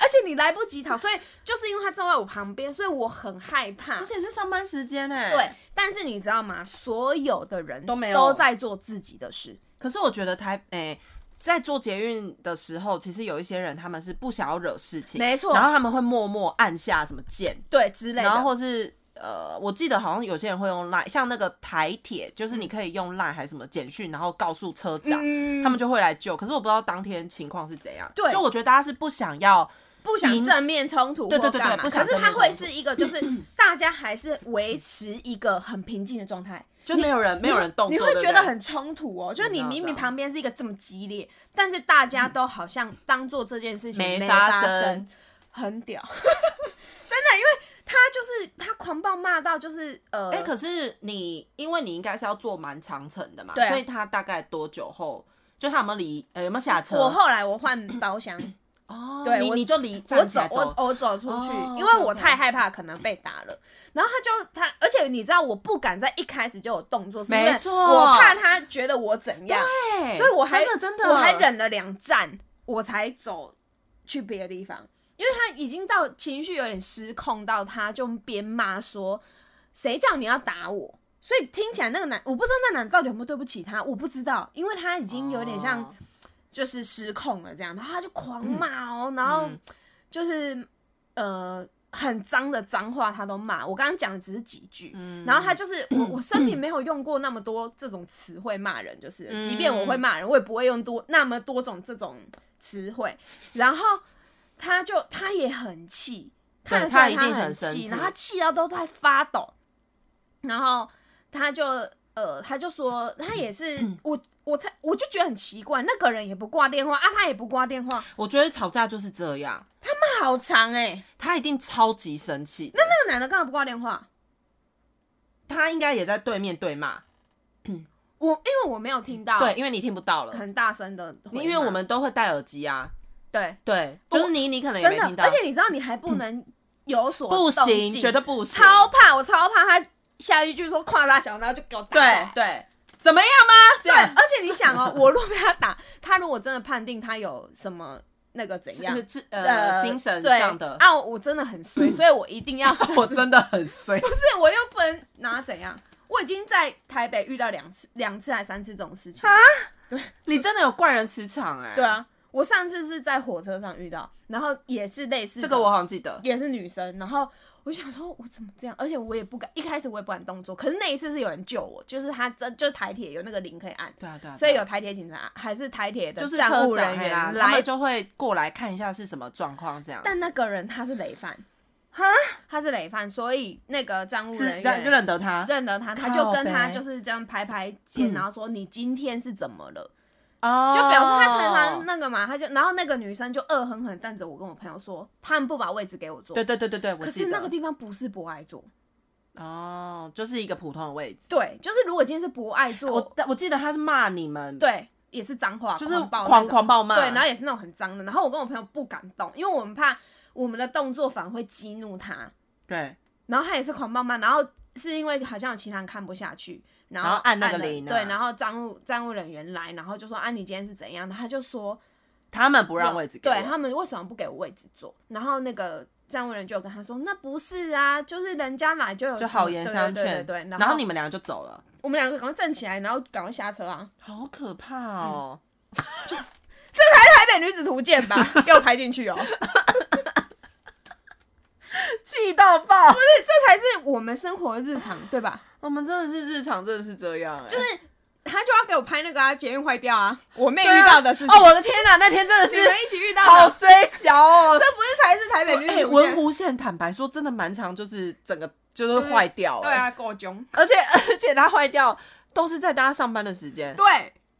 而且你来不及逃，所以就是因为他站在我旁边，所以我很害怕而。且是上班时间哎、对，，但是你知道吗？所有的人都没有都在做自己的事，可是我觉得台哎、在做捷运的时候，其实有一些人他们是不想要惹事情，没错然后他们会默默按下什么键，对之类的。然后或是呃，我记得好像有些人会用 Line，像那个台铁，就是你可以用 Line 还是什么简讯，然后告诉车长，嗯他们就会来救。可是我不知道当天情况是怎样。对就我觉得大家是不想要，不想赢正面冲突对或对对对干嘛，不想可是正他面会冲是一个，就是 大家还是维持一个很平静的状态。就没有人没有人动作，你会对不觉得对很冲突哦，就是你我知道明我明知道旁边是一个这么激烈，但是大家都好像当做这件事情没发发生。很屌， 真的，因为他就是他狂暴骂到就是呃，哎、可是你因为你应该是要坐蛮长程的嘛，对啊所以他大概多久后？就他有没有离？呃，有没有下车？我后来我换包厢，哦，对你我你就离我站起走来我我走出去，哦因为我 OK，OK 太害怕可能被打了。然后他就他，而且你知道我不敢在一开始就有动作，是因为没错我怕他觉得我怎样，对，所以我还真的真的我还忍了两站，我才走去别的地方，因为他已经到情绪有点失控到，他就边骂说：“谁叫你要打我？”所以听起来那个男，我不知道那男的到底有没有对不起他，我不知道，因为他已经有点像哦就是失控了这样，然后他就狂骂哦，然后就是呃很脏的脏话他都骂，我刚刚讲的只是几句，然后他就是 我我生平没有用过那么多这种词汇骂人，就是、即便我会骂人，我也不会用多那么多种这种词汇，然后他就他也很气，对看得出来他一定很很生气然后他气到都在发嗯抖，然后他就呃，他就说他也是我，我才我就觉得很奇怪，那个人也不挂电话啊，他也不挂电话，我觉得吵架就是这样，那好长哎、他一定超级生气的。那那个男的干嘛不挂电话？他应该也在对面对骂，我因为我没有听到，对，，因为你听不到了，很大声的，因为我们都会戴耳机啊，对对，就是你你可能也真没的听，到，嗯而且你知道你还不能有所不动行，静绝对不行，超怕，我超怕他下一句说夸大小，然后就给我打起对来。对，怎么样吗？这对，样而且你 想哦，我如果被他打，他如果真的判定他有什么那个怎样是，是呃精神对上的，啊，我真的很衰，所以我 一定要、就是我真的很衰，不是，我又不能拿怎样。我已经在台北遇到两次、两次还三次这种事啊情。你真的有怪人磁场哎，对，啊，我上次是在火车上遇到，然后也是类似的这个我好像记得，也是女生，然后我就想说，我怎么这样？而且我也不敢，一开始我也不敢动作。可是那一次是有人救我，就是他真就是台铁有那个铃可以按，对啊对啊，所以有对啊台铁警察还是台铁的就是站车务长人嘿啦员他来们，就会过来看一下是什么状况这样，但那个人他是累犯，哈，他是累犯，所以那个站务是人认员认得他认得他，他就跟靠他北就是这样拍拍肩，然后说你今天是怎么了？嗯哦就表示他常常那个嘛，他就然后那个女生就恶狠狠地瞪着我跟我朋友说，他们不把位置给我坐对，对对对对，我可记是那得个地方不是博爱座。哦，就是一个普通的位置。对，就是如果今天是不爱做，我我记得他是骂你们，，对，也是脏话，哦就是狂暴那狂种狂暴骂，对，然后也是那种很脏的。然后我跟我朋友不敢动，因为我们怕我们的动作反而会激怒他。对，然后他也是狂暴骂，然后是因为好像有其他人看不下去，然后然后按那个了铃啊对，然后站务站务人员来，然后就说啊你今天是怎样的？他就说他们不让位置给我，对他们为什么不给我位置坐？然后那个。站务人就跟他说：“那不是啊，就是人家来就有就什么好言相对对对劝，对对。然后你们俩就走了，我们两个赶快站起来，然后赶快下车啊！好可怕哦！台北女子图鉴吧， 给我拍进去哦！这气到爆！才是我们生活的日常，对吧？我们真的是日常真的是这样、哎，就是他就要给我拍那个啊，捷运坏掉啊，我妹对啊遇到的事情，哦，我的天哪、那天真的你们是一起遇到好的，衰小哦。这不是才是台北女哎、子图文鉴？湖线坦白说，真的蛮长，就是整个就是就是坏掉、对哎，啊，够囧。而且 而且它坏掉都是在大家上班的时间，对，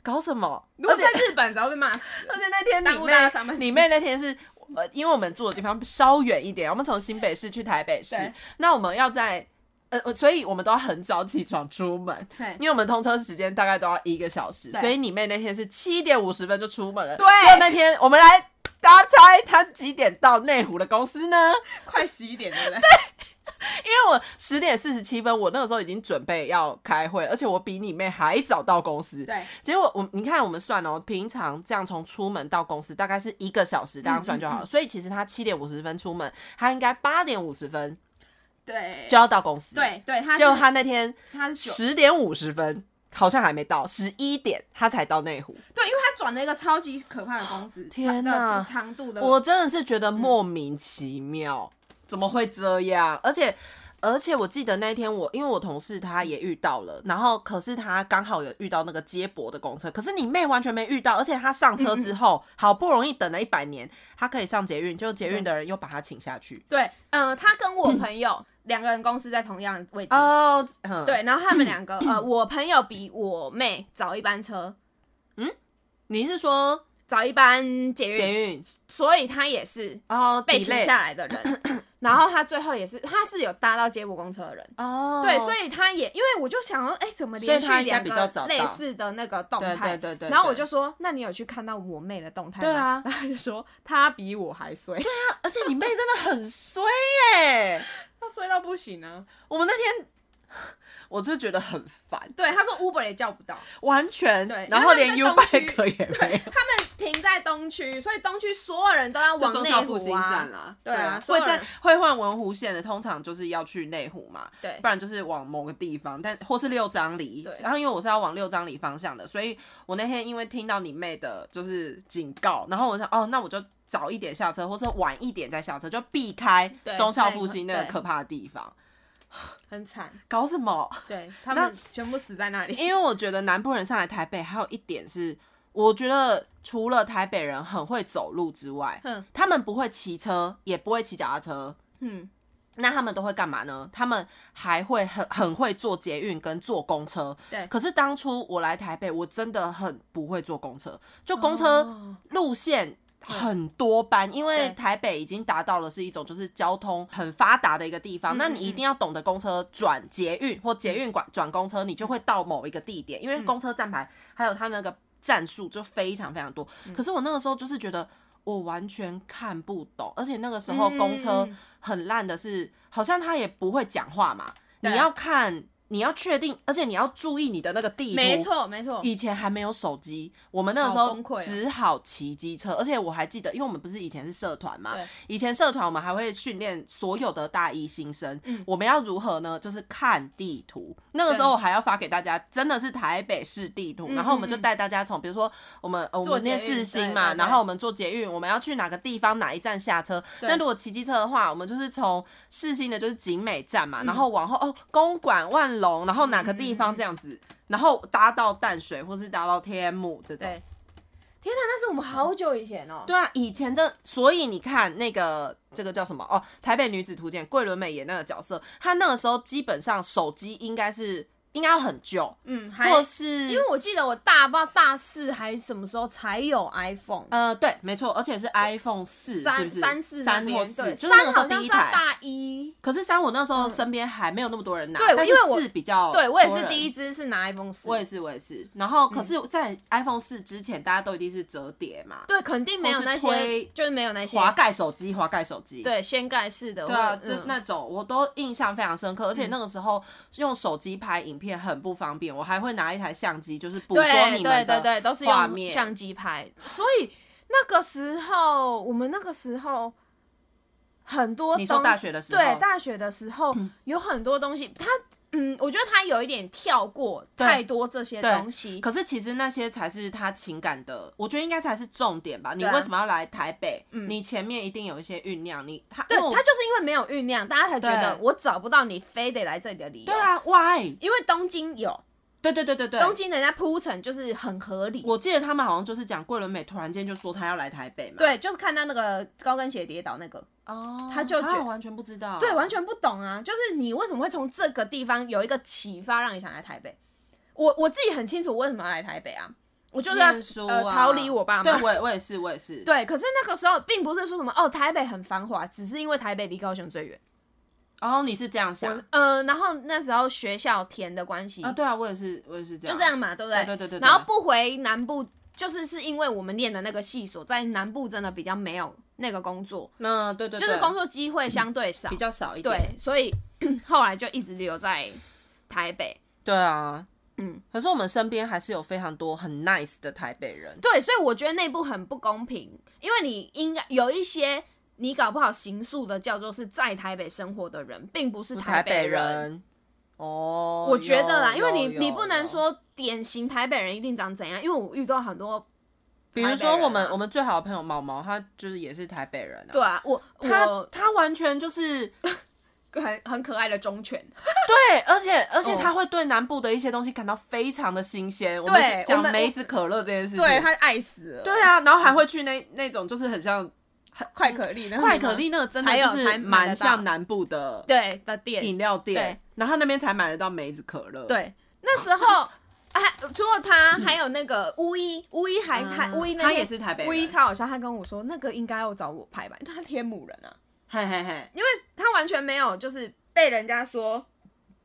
搞什么？如而果且在日本，早被骂死了。 而且那天耽你误妹大家上班时间你妹那天是呃，因为我们住的地方稍远一点，我们从新北市去台北市对，那我们要在呃，呃所以我们都要很早起床出门，对因为我们通车时间大概都要一个小时，对所以你妹那天是七点五十分就出门了，对结果那天我们来。大家猜她几点到内湖的公司呢？快十一点了嘞，因为我十点四十七分，我那个时候已经准备要开会，而且我比你妹还早到公司。对结果我你看我们算哦，平常这样从出门到公司大概是一个小时，大家算就嗯好了。所以其实他七点五十分出门，他应该八点五十分对就要到公司。，对对，他结果是他那天他是九，十点五十分好像还没到，十一点他才到内湖。对，因为他转了一个超级可怕的公司，天哪哦哪，长度的嗯我真的是觉得莫名其妙，怎么会这样？而且。而且我记得那一天我，因为我同事他也遇到了，然后可是他刚好有遇到那个接驳的公车，可是你妹完全没遇到，而且她上车嗯之后，好不容易等了一百年，她可以上捷运，就捷运的人又把她请下去。对，嗯、他跟我朋友两个人公司在同样的位置，哦，嗯，，对，然后他们 两个，呃，我朋友比我妹早一班车，你是说早一班捷捷运，运？所以他也是哦，被 delay 请下来的人。然后他最后也是，他是有搭到接驳公车的人，哦，对，所以他也因为我就想说，哎、怎么所以连续他应该两比较个早类到似的那个动对态？对对对然后我对就说，那你有去看到我妹的动态吗？对啊然后他就说他比我还衰，而且你妹真的很衰耶、他衰到不行啊。我们那天 我就觉得很烦，对，他说 Uber 也叫不到，完全，对然后因为连他 U 们在 bike 也没有，他们停在东区，所以东区所有人都要就往中内校复湖兴啊站。啦，对啊所会有人在会换文湖线的，通常就是要去内湖嘛，对不然就是往某个地方，但或是六张里对，然后因为我是要往六张里方向的，所以我那天因为听到你妹的就是警告，然后我想哦，那我就。早一点下车，或者晚一点再下车，就避开对中校复兴那个对可怕的地方。很惨，搞什么？对他那们全部死在那里。因为我觉得南部人上来台北，还有一点是，我觉得除了台北人很会走路之外，哼他们不会骑车，也不会骑脚踏车，嗯，那他们都会干嘛呢？他们还会很很会坐捷运跟坐公车。对可是当初我来台北，我真的很不会坐公车，就公车哦路线。很多班，因为对台北已经达到了是一种就是交通很发达的一个地方，嗯那你一定要懂得公车转捷运或捷运转转公车，你就会到某一个地点，因嗯为公车站牌还有它那个战术就非常非常多。嗯可是我那个时候就是觉得我完全看不懂，而且那个时候公车嗯嗯嗯很烂的是，好像他也不会讲话嘛。对你要看，你要确定，而且你要注意你的那个地图。没。错没错，以前还没有手机，我们那个时好崩溃候哦只好骑机车，而且我还记得，因为我们不是以前是社团嘛对，以前社团我们还会训练所有的大一新生，嗯我们要如何呢？就是看地图。那个时候我还要发给大家，真的是台北市地图，嗯然后我们嗯就带大家从，比如说我们呃我坐们捷念四运星对嘛，对对然后我们坐捷运，我们要去哪个地方哪一站下车？对那如果骑机车的话，我们就是从四星的就是景美站嗯嘛，然后往后哦公馆、万隆，然后哪个地方这样嗯子，然后搭到淡水或是搭到天母这种。对。天哪，那是我们好久以前哦、对啊，以前这，所以你看那个这个叫什么哦，《台北女子图鉴》桂纶镁演那个角色，她那个时候基本上手机应该是应该要很旧，嗯，还或是因为我记得我大不知道大四还是什么时候才有 iPhone，呃对，没错，而且是 iPhone 四，是三不是三四那三边或四？对就是那三个时候好第像一是台到。大一，可是三，我那时候身边还没有那么多人拿，嗯对但是因为我四比较对我也多是人第一嗯支是拿 iPhone 四，我也是，我也是。然后，可是，在 iPhone 四之前，大家都一定是折叠嘛，对，肯定没有或是那推些，就是没有那些滑盖手机，滑盖手机。对掀盖式的，对啊，或者这嗯那种我都印象非常深刻，而且那个时候用手机拍影片很不方便，我还会拿一台相机，就是捕捉对你们对对的对，都是画用面。相机拍，所以那个时候我们那个时候。很多你说东大西学的时候嗯对大学的时候、有很多东西，他嗯，我觉得他有一点跳过对太多这些东西，可是其实那些才是他情感的，我觉得应该才是重点吧。你对啊嗯为什么要来台北？你前面一定有一些酝酿，你他哦对因为我他就是因为没有酝酿，大家才觉得对我找不到你非得来这里的理由。对，啊，why？因为东京有对对对对对，东京人家铺陈就是很合理。我记得他们好像就是讲桂纶镁突然间就说他要来台北嘛，，对，就是看到那个高跟鞋跌倒那个，哦，他就觉他完全不知道，对，完全不懂啊！就是你为什么会从这个地方有一个启发，让你想来台北？我我自己很清楚我为什么要来台北啊，我就是要、念书啊呃逃离我爸妈对，。我也我也是，我也是， 对，可是那个时候并不是说什么哦，台北很繁华，只是因为台北离高雄最远。哦，你是这样想我呃，然后那时候学校填的关系，啊？对啊，我也是，我也是这样，就这样嘛，对不对？对对对对对然后不回南部，就是是因为我们念的那个系所在南部真的比较没有那个工作，嗯，对对，对就是工作机会相对少比，较少一点，对，所以后来就一直留在台北。对啊，嗯，可是我们身边还是有非常多很 nice 的台北人，对，所以我觉得内部很不公平，因为你应该有一些你搞不好刑诉的叫做是在台北生活的人，并不是台北人。人。哦，我觉得啦，因有为你有你不能有说典型台北人一定长怎样，因为我遇到很多比如台北说我人们啊我们最好的朋友毛毛，他就是也是台北人啊，对啊，我他我他完全就是很很可爱的忠犬，对，而且而且哦他会对南部的一些东西感到非常的新鲜。我对们我讲们梅子可乐这件事情，对他嗯爱死了，对啊，然后还会去那那种就是很像快可丽那个快什么可丽那个真的才有就才是买得蛮像到南部的对的店，饮料店对，然后那边才买得到梅子可乐。，对，那时 候还、除了他，还有那个巫医，巫医还还啊巫医那他天也是台北巫医人超好笑，他跟我说那个应该要找我拍吧，因为他天母人啊，嘿嘿嘿，因为他完全没有就是被人家说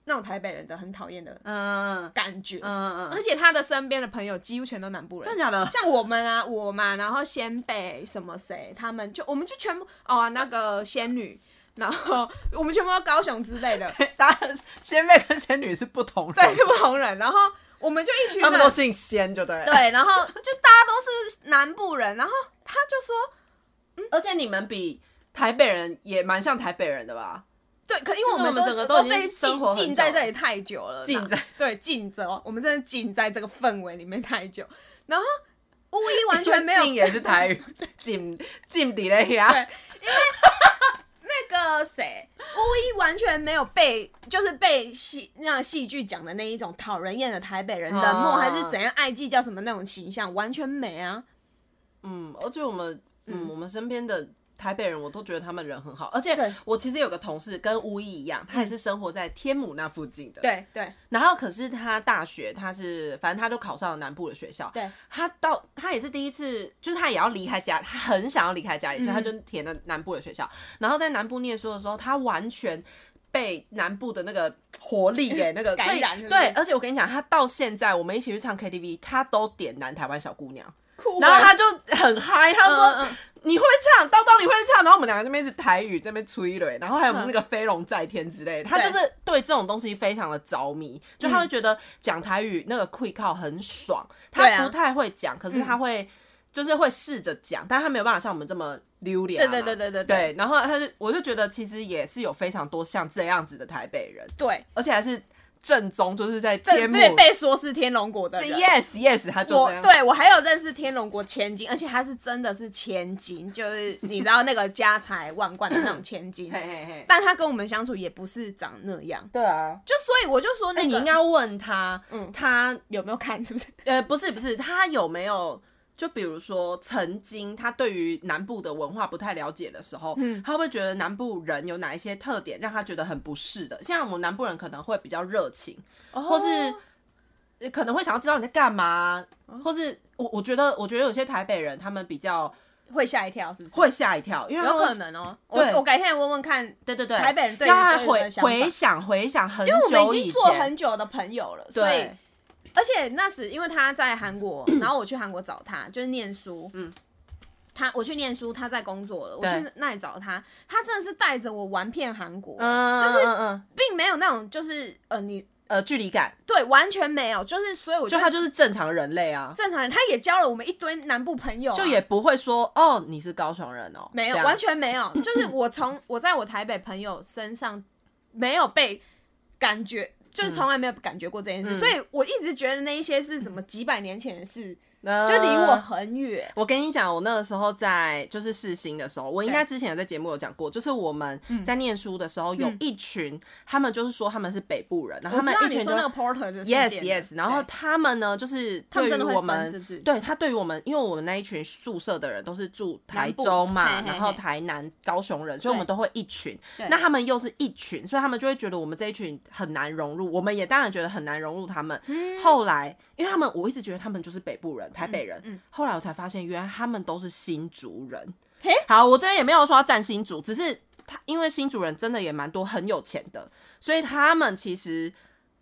那种台北人的很讨厌的嗯感觉，嗯嗯而，且他的身边的朋友几乎全都南部真人。的假的？ 像我们啊，我嘛，然后先辈什么谁，他们就我们就全部哦，那个仙女，然后我们全部都高雄之类的，当然，仙妹跟仙女是不 同对，人，是不同人。然后我们就一群他人，们都姓仙，就对了。对，然后就大家都是南部人，然后他就说，而且你们比台北人也蛮像台北人的吧？对，可因为就是我们们都整个都都已经被生禁活很禁久在了这里太久了，禁那在对禁着哦，我们真的禁在这个氛围里面太久，然后巫医完全没有 静也是台语，静静底了呀。对那个谁，巫医完全没有被就是被戏那戏剧讲的那一种讨人厌的台北人冷漠、哦还是怎样爱计较什么那种形象，完全没啊，嗯嗯，而且我们，嗯，我们身边的台北人，我都觉得他们人很好。而且对嗯我其实有个同事跟乌一一样，他也是生活在天母那附近的。对对然后可是他大学他是反正他都考上了南部的学校，对，他到他也是第一次，就是他也要离开家，他很想要离开家里，所以他嗯就填了南部的学校。然后在南部念书的时候，他完全。被南部的那个活力 给那个感所以染是不是对，而且我跟你讲，他到现在我们一起去唱 KTV，他都点《南台湾小姑娘》，酷然后他就很嗨，他说、嗯嗯你会不会唱，刀刀你会唱，然后我们两个这边是台语这边吹嘞，然后还有我们那个飞龙在天之类的，他对就是对这种东西非常的着迷，就他会觉得讲台语那个 quick call 很爽，对他啊嗯不太会讲，可是他会。就是会试着讲，但他没有办法像我们这么溜达嘛。对对对对对对。然后他就，我就觉得其实也是有非常多像这样子的台北人，对，而且还是正宗，就是在这天幕。被被说是天龙国的人。 yes yes，他就我这样。对我还有认识天龙国千金，而且他是真的是千金，就是你知道那个家财万贯的 那种千金，嘿嘿嘿。但他跟我们相处也不是长那样，对啊。就所以我就说那那你个、应该问他，嗯他有没有看是不是？呃，不是不是，他有没有就比如说，曾经他对于南部的文化不太了解的时候，嗯，他会不会觉得南部人有哪一些特点让他觉得很不适的？像我们南部人可能会比较热情，或哦是呃可能会想要知道你在干嘛，或是我我觉得我觉得有些台北人他们比较会吓一跳是不是？会吓一跳，因为他有们可能哦、对我我改天也问问看，对对对，台北人对于要他这个回的想法回想回想很因为我久们以已前，经做很久的朋友了，所以对而且那时因为他在 韩国，然后我去韩国找他，就是念书，嗯。他我去念书，他在工作了。我对去那里找他，他真的是带着我玩遍韩国，嗯，就嗯是嗯嗯并没有那种就是呃，你呃距离感，对完全没有，就是所以我就觉他得就是正常人类啊，正常人，他也交了我们一堆南部朋友啊、就也不会说哦，你是高雄人哦，没有这样完全 没有，就是我从我在我台北朋友身上没有被感觉。嗯就是从来没有感觉过这件事，所以我一直觉得那一些是什么几百年前的事，呃就离我很远。我跟你讲，我那个时候在就是试新的时候，我应该之前有在节目有讲过，就是我们嗯在念书的时候有一群，他们就是说他们是北部人，然后我他知们道一你群说都那个 porter 的事 yes 件 yes，然后对他们呢就是他对们于真的会我分们是不是对他对于我们，因为我们那一群宿舍的人都是住台南部中嘛，嘿嘿然后嘿台南、高雄人，所以我们都会一群对。那他们又是一群，所以他们就会觉得我们这一群很难融入，我们也当然觉得很难融入他们。后来，因为他们我一直觉得他们就是北部人、台北人，嗯后来我才发现，原来他们都是新竹人嘿。好，我这边也没有说要占新竹，只是他因为新竹人真的也蛮多很有钱的，所以他们其实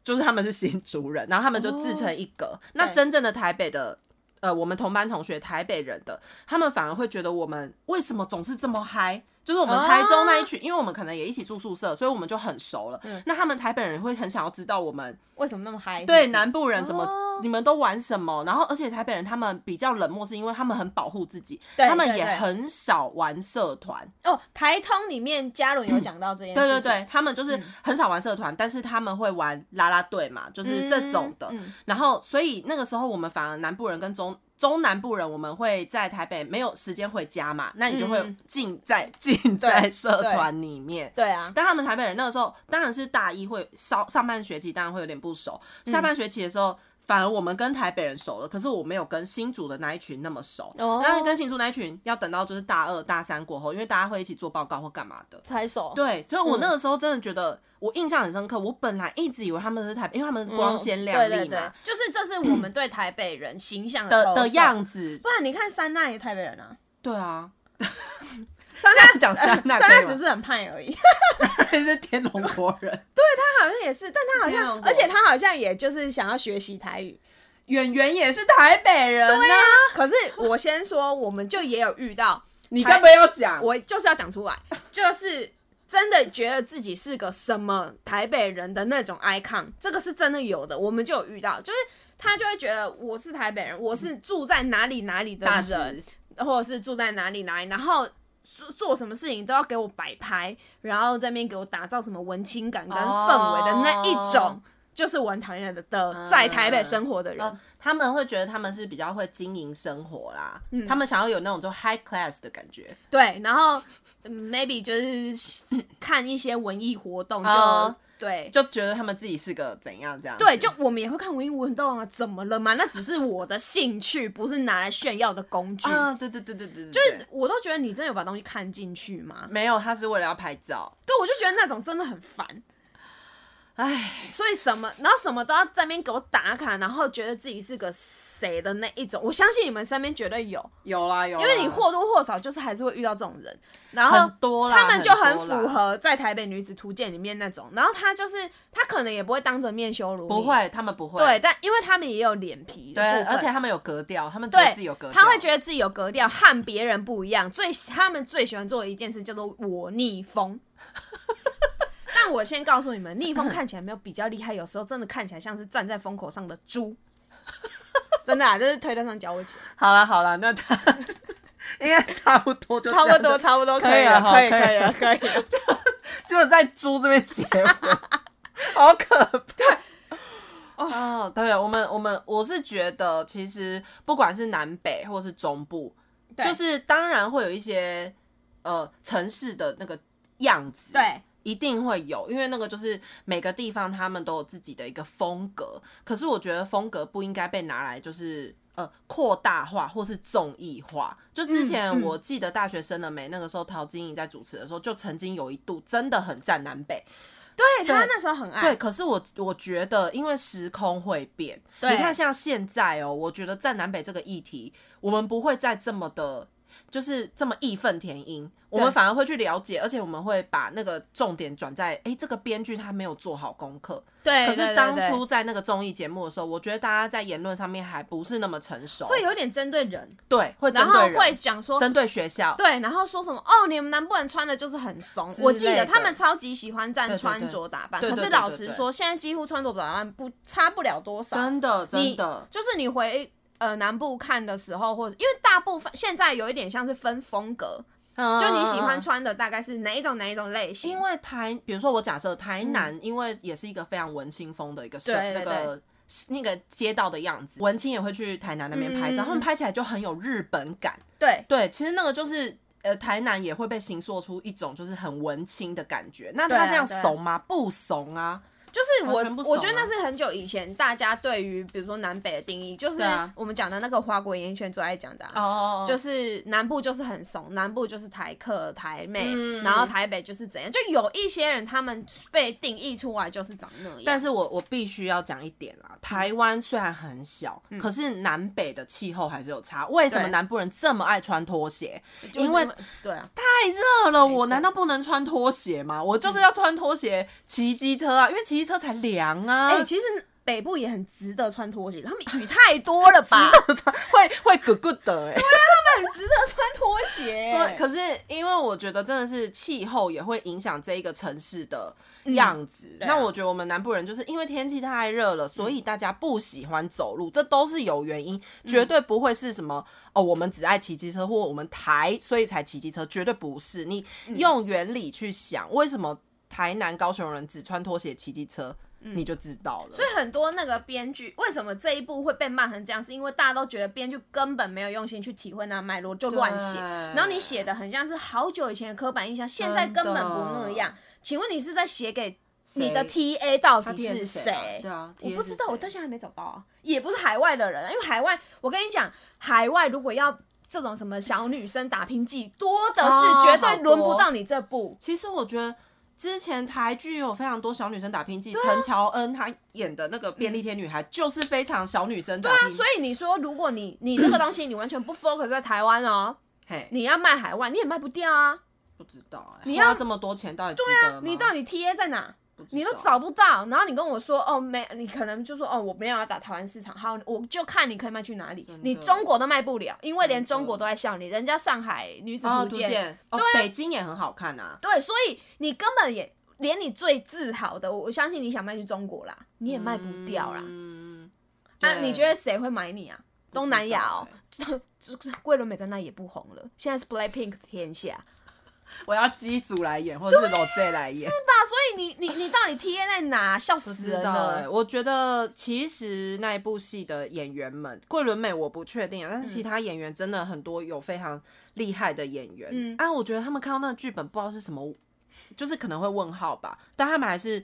就是他们是新竹人，然后他们就自成一格。那哦对真正的台北的。呃，我们同班同学台北人的，他们反而会觉得我们为什么总是这么嗨？就是我们哦嗯台中那一群，因为我们可能也一起住宿舍，所以我们就很熟了。那他们台北人会很想要知道我们为什么那么嗨？对是不是南部人怎么、哦你们都玩什么？然后而且台北人他们比较冷漠，是因为他们很保护自己，对他们对也对很少玩社团。哦，台通里面嘉伦有讲到这件事对对情，对，他们嗯就是很少玩社团，但是他们会玩啦啦队嘛，就是这种的。嗯嗯然后，所以那个时候我们反而南部人跟中中南部人，我们会在台北没有时间回家嘛，那你就会嗯浸在浸在社团里面。对啊，但他们台北人那个时候当然是大一会上上半学期当然会有点不熟，下半学期的时候。反而我们跟台北人熟了，可是我没有跟新竹的那一群那么熟。哦那跟新竹那一群要等到就是大二、大三过后，因为大家会一起做报告或干嘛的。猜手对，所以我那个时候真的觉得，我印象很深刻。我本来一直以为他们是台北，因为他们是光鲜亮对丽嗯对对嘛、，就是这是我们对台北人形象的投的射样子。不然你看三奈也台北人啊，对啊，三这奈样 讲三那三奈可以吗？只啊是很胖而已，是天龙国 人，他好像也是，但他好天龙像，国而且他好像也就是想要学习台语。演员也是台北人啊呐、可是我先说，我们就也有遇到，你该不会要讲？我就是要讲出来，就是真的觉得自己是个什么台北人的那种 icon，这个是真的有的，我们就有遇到，就是他就会觉得我是台北人，我是住在哪里哪里的大人，直，或者是住在哪里哪里，然后做做什么事情都要给我摆拍，然后在那边给我打造什么文青感跟氛围的那一种，哦就是我很讨厌的的嗯在台北生活的人。呃，他们会觉得他们是比较会经营生活啦，嗯他们想要有那种就 high class 的感觉。 对，然后嗯 maybe 就是看一些文艺活动就。哦对。就觉得他们自己是个怎样这样子。对，就我们也会看文言文，懂啊？怎么了嘛？那只是我的兴趣，不是拿来炫耀的工具。啊，对对对对对，就嗯就是我都觉得你真的有把东西看进去吗？没有，他是为了要拍照。对，我就觉得那种真的很烦。唉，所以什么，然后什么都要在那边给我打卡，然后觉得自己是个谁的那一种。我相信你们身边绝对有，有啦有啦，因为你或多或少就是还是会遇到这种人，然后很。多啦，他们就很多啦符。合在台北女子图鉴里面那种，然后他就是他可能也不会当着面羞辱你，不会，他们不会。对，但因为他们也有脸皮的对，部分而且他们有格调，他们觉得对自己有格调，他会觉得自己有格调，和别人不一样。最他们最喜欢做的一件事叫做“我 逆风” 。但我先告诉你们，逆风看起来没有比较厉害，有时候真的看起来像是站在风口上的 猪。真的啊，这是推特上教我起来，好了好了，那他 应该差不多就差这不样多，子，差不多可以以了了，哈可以，可以啊可以了了，可以 啊了。就在猪这边结尾，好可怕。哦，对，我们我们我是觉得，其实不管是南北或是中部，对就是当然会有一些呃城市的那个样子，对，一定会有，因为那个就是每个地方他们都有自己的一个风格。可是我觉得风格不应该被拿来就是呃扩大化或是综艺化。就之前嗯嗯我记得大学生了没那个时候，陶晶莹在主持的时候，就曾经有一度真的很站南北。对他那时候很爱对，，可是我我觉得因为时空会变，对你看像现在哦，我觉得站南北这个议题，我们不会再这么的。就是这么义愤填膺，我们对反而会去了解，而且我们会把那个重点转在，哎、这个编剧他没有做好功课。对，可哎对是对当对初在那个综艺节目的时候，我觉得大家在言论上面还不是那么成熟，会有点针对人，对会针然后对会人，讲说针对学校，对，然后说什么哦，你们南部人穿的就是很怂之。我记类得他的们超级喜欢对站对穿对着打扮，对可对是对老对实对说，现在几乎穿着打扮不差不了多少。真的真你的，就是你回呃南部看的时候，或者因为大部分现在有一点像是分风格，就就你喜欢穿的大概是哪一种哪一种类嗯型因。为台，比如说我假设台南，因为也是一个非常文青风的一个社嗯对那对个。那个街道的样子，文青也会去台南那边拍照，嗯嗯嗯他们拍起来就很有日本感。对对，其实那个就是呃，台南也会被形塑出一种就是很文青的感觉。那他对啊这样对啊怂吗？不怂啊。就是我完全不，我怂觉得啊那是很久以前大家对于比如说南北的定义，就是对啊我们讲的那个花国演艺圈最爱讲的啊、哦就是是南部就是很怂，南部就是台客、台妹，嗯然后台北就是怎样，就有一些人他们被定义出来就是长那样。但是我我必须要讲一点啦，台湾虽然很小，可是南北的气候还是有差。为什么嗯对南部人这么爱穿拖鞋？就是因为他们对啊，太热了，没我错嗯难道不能穿拖鞋吗？我就是要穿拖鞋骑机车啊，因为骑机车才凉啊。哎、其实北部也很值得穿拖鞋，他们雨太多了 吧？ 会会咕咕的哎、很值得穿拖鞋对，可是因为我觉得真的是气候也会影响这一个城市的样子。对啊那我觉得我们南部人就是因为天气太热了，所以大家不喜欢走路，这都是有原因，嗯绝对不会是什么、哦，我们只爱骑机车或我们台所以才骑机车，绝对不是。你嗯用原理去想，为什么台南高雄人只穿拖鞋骑机车，你就知道了。嗯所以很多那个编剧为什么这一部会被骂成这样，是因为大家都觉得编剧根本没有用心去体会那脉络，就乱写。对然后你写的很像是好久以前的刻板印象，现在根本不那样。请问你是在写给你的 TA 到他底 TA 是是谁啊对啊我 TA 不是知道，谁我到现在还没找到啊，也不是海外的人啊，因为海外，我跟你讲，海外如果要这种什么小女生打拼记，多的哦是，绝好对多轮不到你这部。其实我觉得之前台剧有非常多小女生打拼记，啊陈、乔恩她演的那个便利贴女孩就是非常小女生打嗯对啊，拼记。所以你说，如果你你这个东西你完全不 focus 在台湾哦，嘿，你要卖海外，你也卖不掉啊！不知道哎、你花要啊这么多钱到底值得吗？你到底 TA 在哪？不知道你都找不到，然后你跟我说哦没，你可能就说哦我没有要打台湾市场，好我就看你可以卖去哪里真，的你中国都卖不了，因为真连的中国都在笑你，人家上海女子哦，图图鉴，啊鉴哦，北京也很好看啊。对，所以你根本也连你最自豪的，我我相信你想卖去中国啦，你也卖不掉啦。嗯，那、对你觉得谁会买你啊？东南亚哦，欸桂纶镁在那也不红了，现在是 Blackpink 天下。我要基础来演，或者啊是 Rose 来演，爸，所以你你你到底 TA 在哪？笑不死知人道哎、了。我觉得其实那一部戏的演员们，桂纶镁我不确定啊，但嗯是其他演员真的很多有非常厉害的演员。嗯啊，我觉得他们看到那个剧本不知道是什么，就是可能会问号吧，但他们还是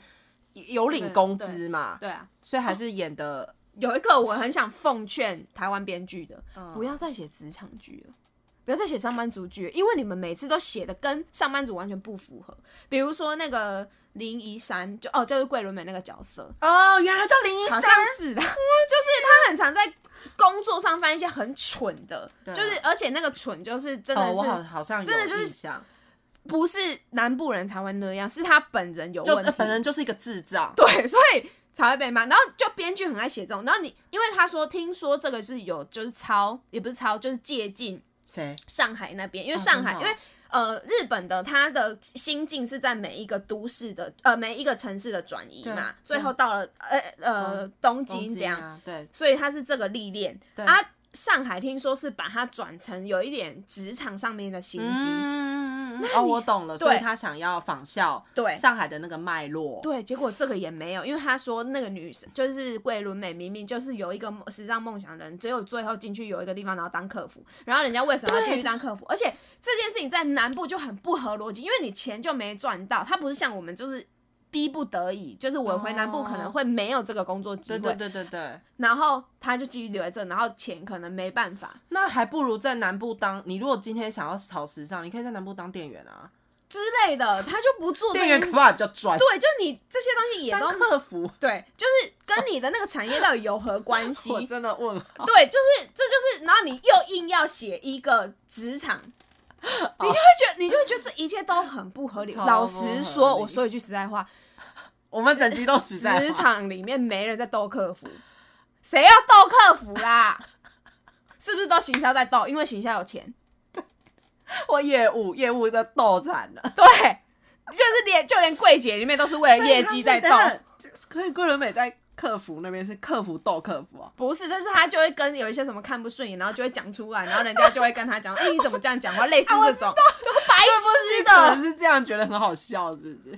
有领工资嘛，对啊，所以还是演的有一个我很想奉劝台湾编剧的，嗯不要再写职场剧了。不要再写上班族剧了，因为你们每次都写的跟上班族完全不符合。比如说那个林怡珊，就哦，就是桂纶镁那个角色，哦，原来叫林一 好山像 是的，就是他很常在工作上犯一些很蠢的，就是而且那个蠢就是真啊哦，的我好是好像有真的就是印象不是南部人才会那样，是他本人有就呃问题，本人就是一个智障， 对，所以才会被骂。然后就编剧很爱写这种，然后你因为他说听说这个是有就是抄，也不是抄，就是借鉴谁？上海那边，因为哦上海、真因的哦为。呃，日本的它的心境是在每一个都市的呃每一个城市的转移嘛，对哦最后到了呃呃东京这样，啊，对，所以他是这个历练。对啊，上海听说是把它转成有一点职场上面的心机，嗯，哦，我懂了，所以对他想要仿效对上海的那个脉络，对，结果这个也没有，因为他说那个女生就是桂纶镁，明明就是有一个梦时尚梦想的人，只有最后进去有一个地方，然后当客服，然后人家为什么要进去当客服？而且这件事情在南部就很不合逻辑，因为你钱就没赚到，他不是像我们就是。逼不得已，就是我回南部可能会没有这个工作机会，哦对对对对对，然后他就继续留在这，然后钱可能没办法，那还不如在南部当，你如果今天想要炒时尚，你可以在南部当店员啊，之类的，他就不做这店些员可怕比较赚，对，就你这些东西也当都客服，对，就是跟你的那个产业到底有何关系？我真的问号，对，就是这就是，然后你又硬要写一个职场，你就会觉得你就会觉得这一切都很不合理。超老不合实说，理我说一句实在话，我们整集都实在职话场里面没人在斗客服，谁要斗客服啦？ 是不是都行销在斗？因为行销有钱。或业务，业务的斗惨了。对，就是连就连柜姐里面都是为了所以业他绩是在斗等。等。所以桂纶镁在客服那边是客服斗客服哦、不是，但是他就会跟有一些什么看不顺眼，然后就会讲出来，然后人家就会跟他讲，哎、你怎么这样讲话？类啊似这种，就白痴可的能，是这样觉得很好笑，是不是？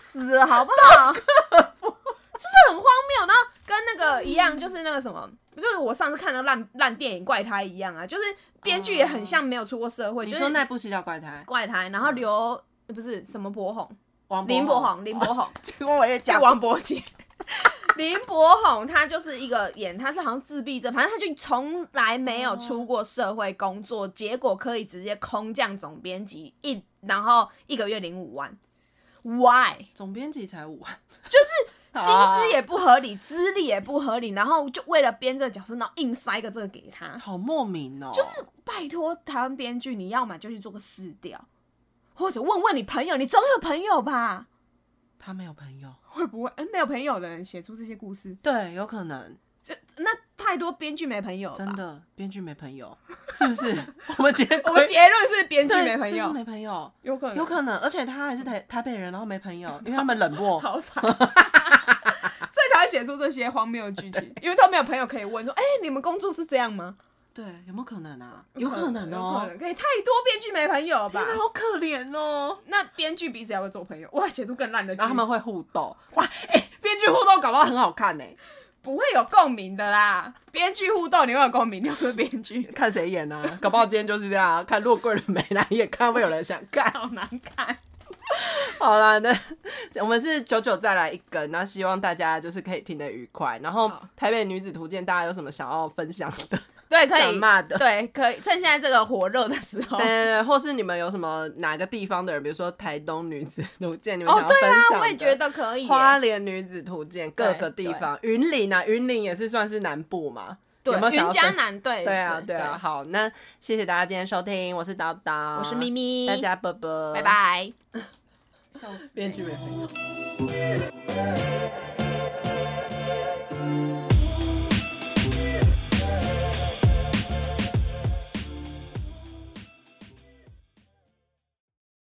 死好不好？就是很荒谬，然后跟那个嗯一样，就是那个什么，就是我上次看的烂烂电影怪胎一样啊，就是编剧也很像没有出过社会，哦你就说是那部戏叫《怪胎》，怪胎，然后刘、不是什么博宏，王林博博宏，林博宏。结果我也是讲王伯杰。 林柏宏他就是一个演，他是好像自闭症，反正他就从来没有出过社会工作，结果可以直接空降总编辑一，然后一个月领五万，why？总编辑才五万，就是薪啊资也不合理，资历也不合理，然后就为了编这个角色，然后硬塞个这个给他，好莫名哦、就是拜托台湾编剧，你要么就去做个试调，或者问问你朋友，你总有朋友吧？他没有朋友，会不会？哎、没有朋友的人写出这些故事，对，有可能就那太多编剧没朋友了吧真的编剧没朋友，是不 是？我们结我们归结论是编剧对没朋是不友嗯是，没朋友，有可能有可能，而且他还是台台北人，然后没朋友，因为他们冷漠， 好惨，所以才会写出这些荒谬的剧情，因为都没有朋友可以问说，哎、你们工作是这样吗？对，有没有可能啊？有可能有哦、可能，可以太多编剧没朋友了吧天？哪好可怜哦、那编剧彼此要不要做朋友？哇，写出更烂的剧，然后他们会互斗，哇，哎、编剧互斗搞不好很好看呢、不会有共鸣的啦。编剧互动你会有共鸣，你又不是编 剧，看谁演啊？搞不好今天就是这样、啊，看如果贵人没来也看，会不会有人想看。好难看。好啦，那我们是九九再来一根，那希望大家就是可以听得愉快。然后好台北女子图鉴，大家有什么想要分享的？对，可想以骂的对，可以趁现在这个火热的时候对。对对，或是你们有什么哪个地方的人，比如说台东女子图鉴，你们哦想，要对分享的？啊，我也觉得可以耶。花莲女子图鉴各对个地方，云林啊，云林也是算是南部嘛。对，有没有想云要嘉分南对对啊，对啊。，好，那谢谢大家今天收听，我是叨叨，我是咪，咪，大家啵啵，拜，拜。编剧没朋友。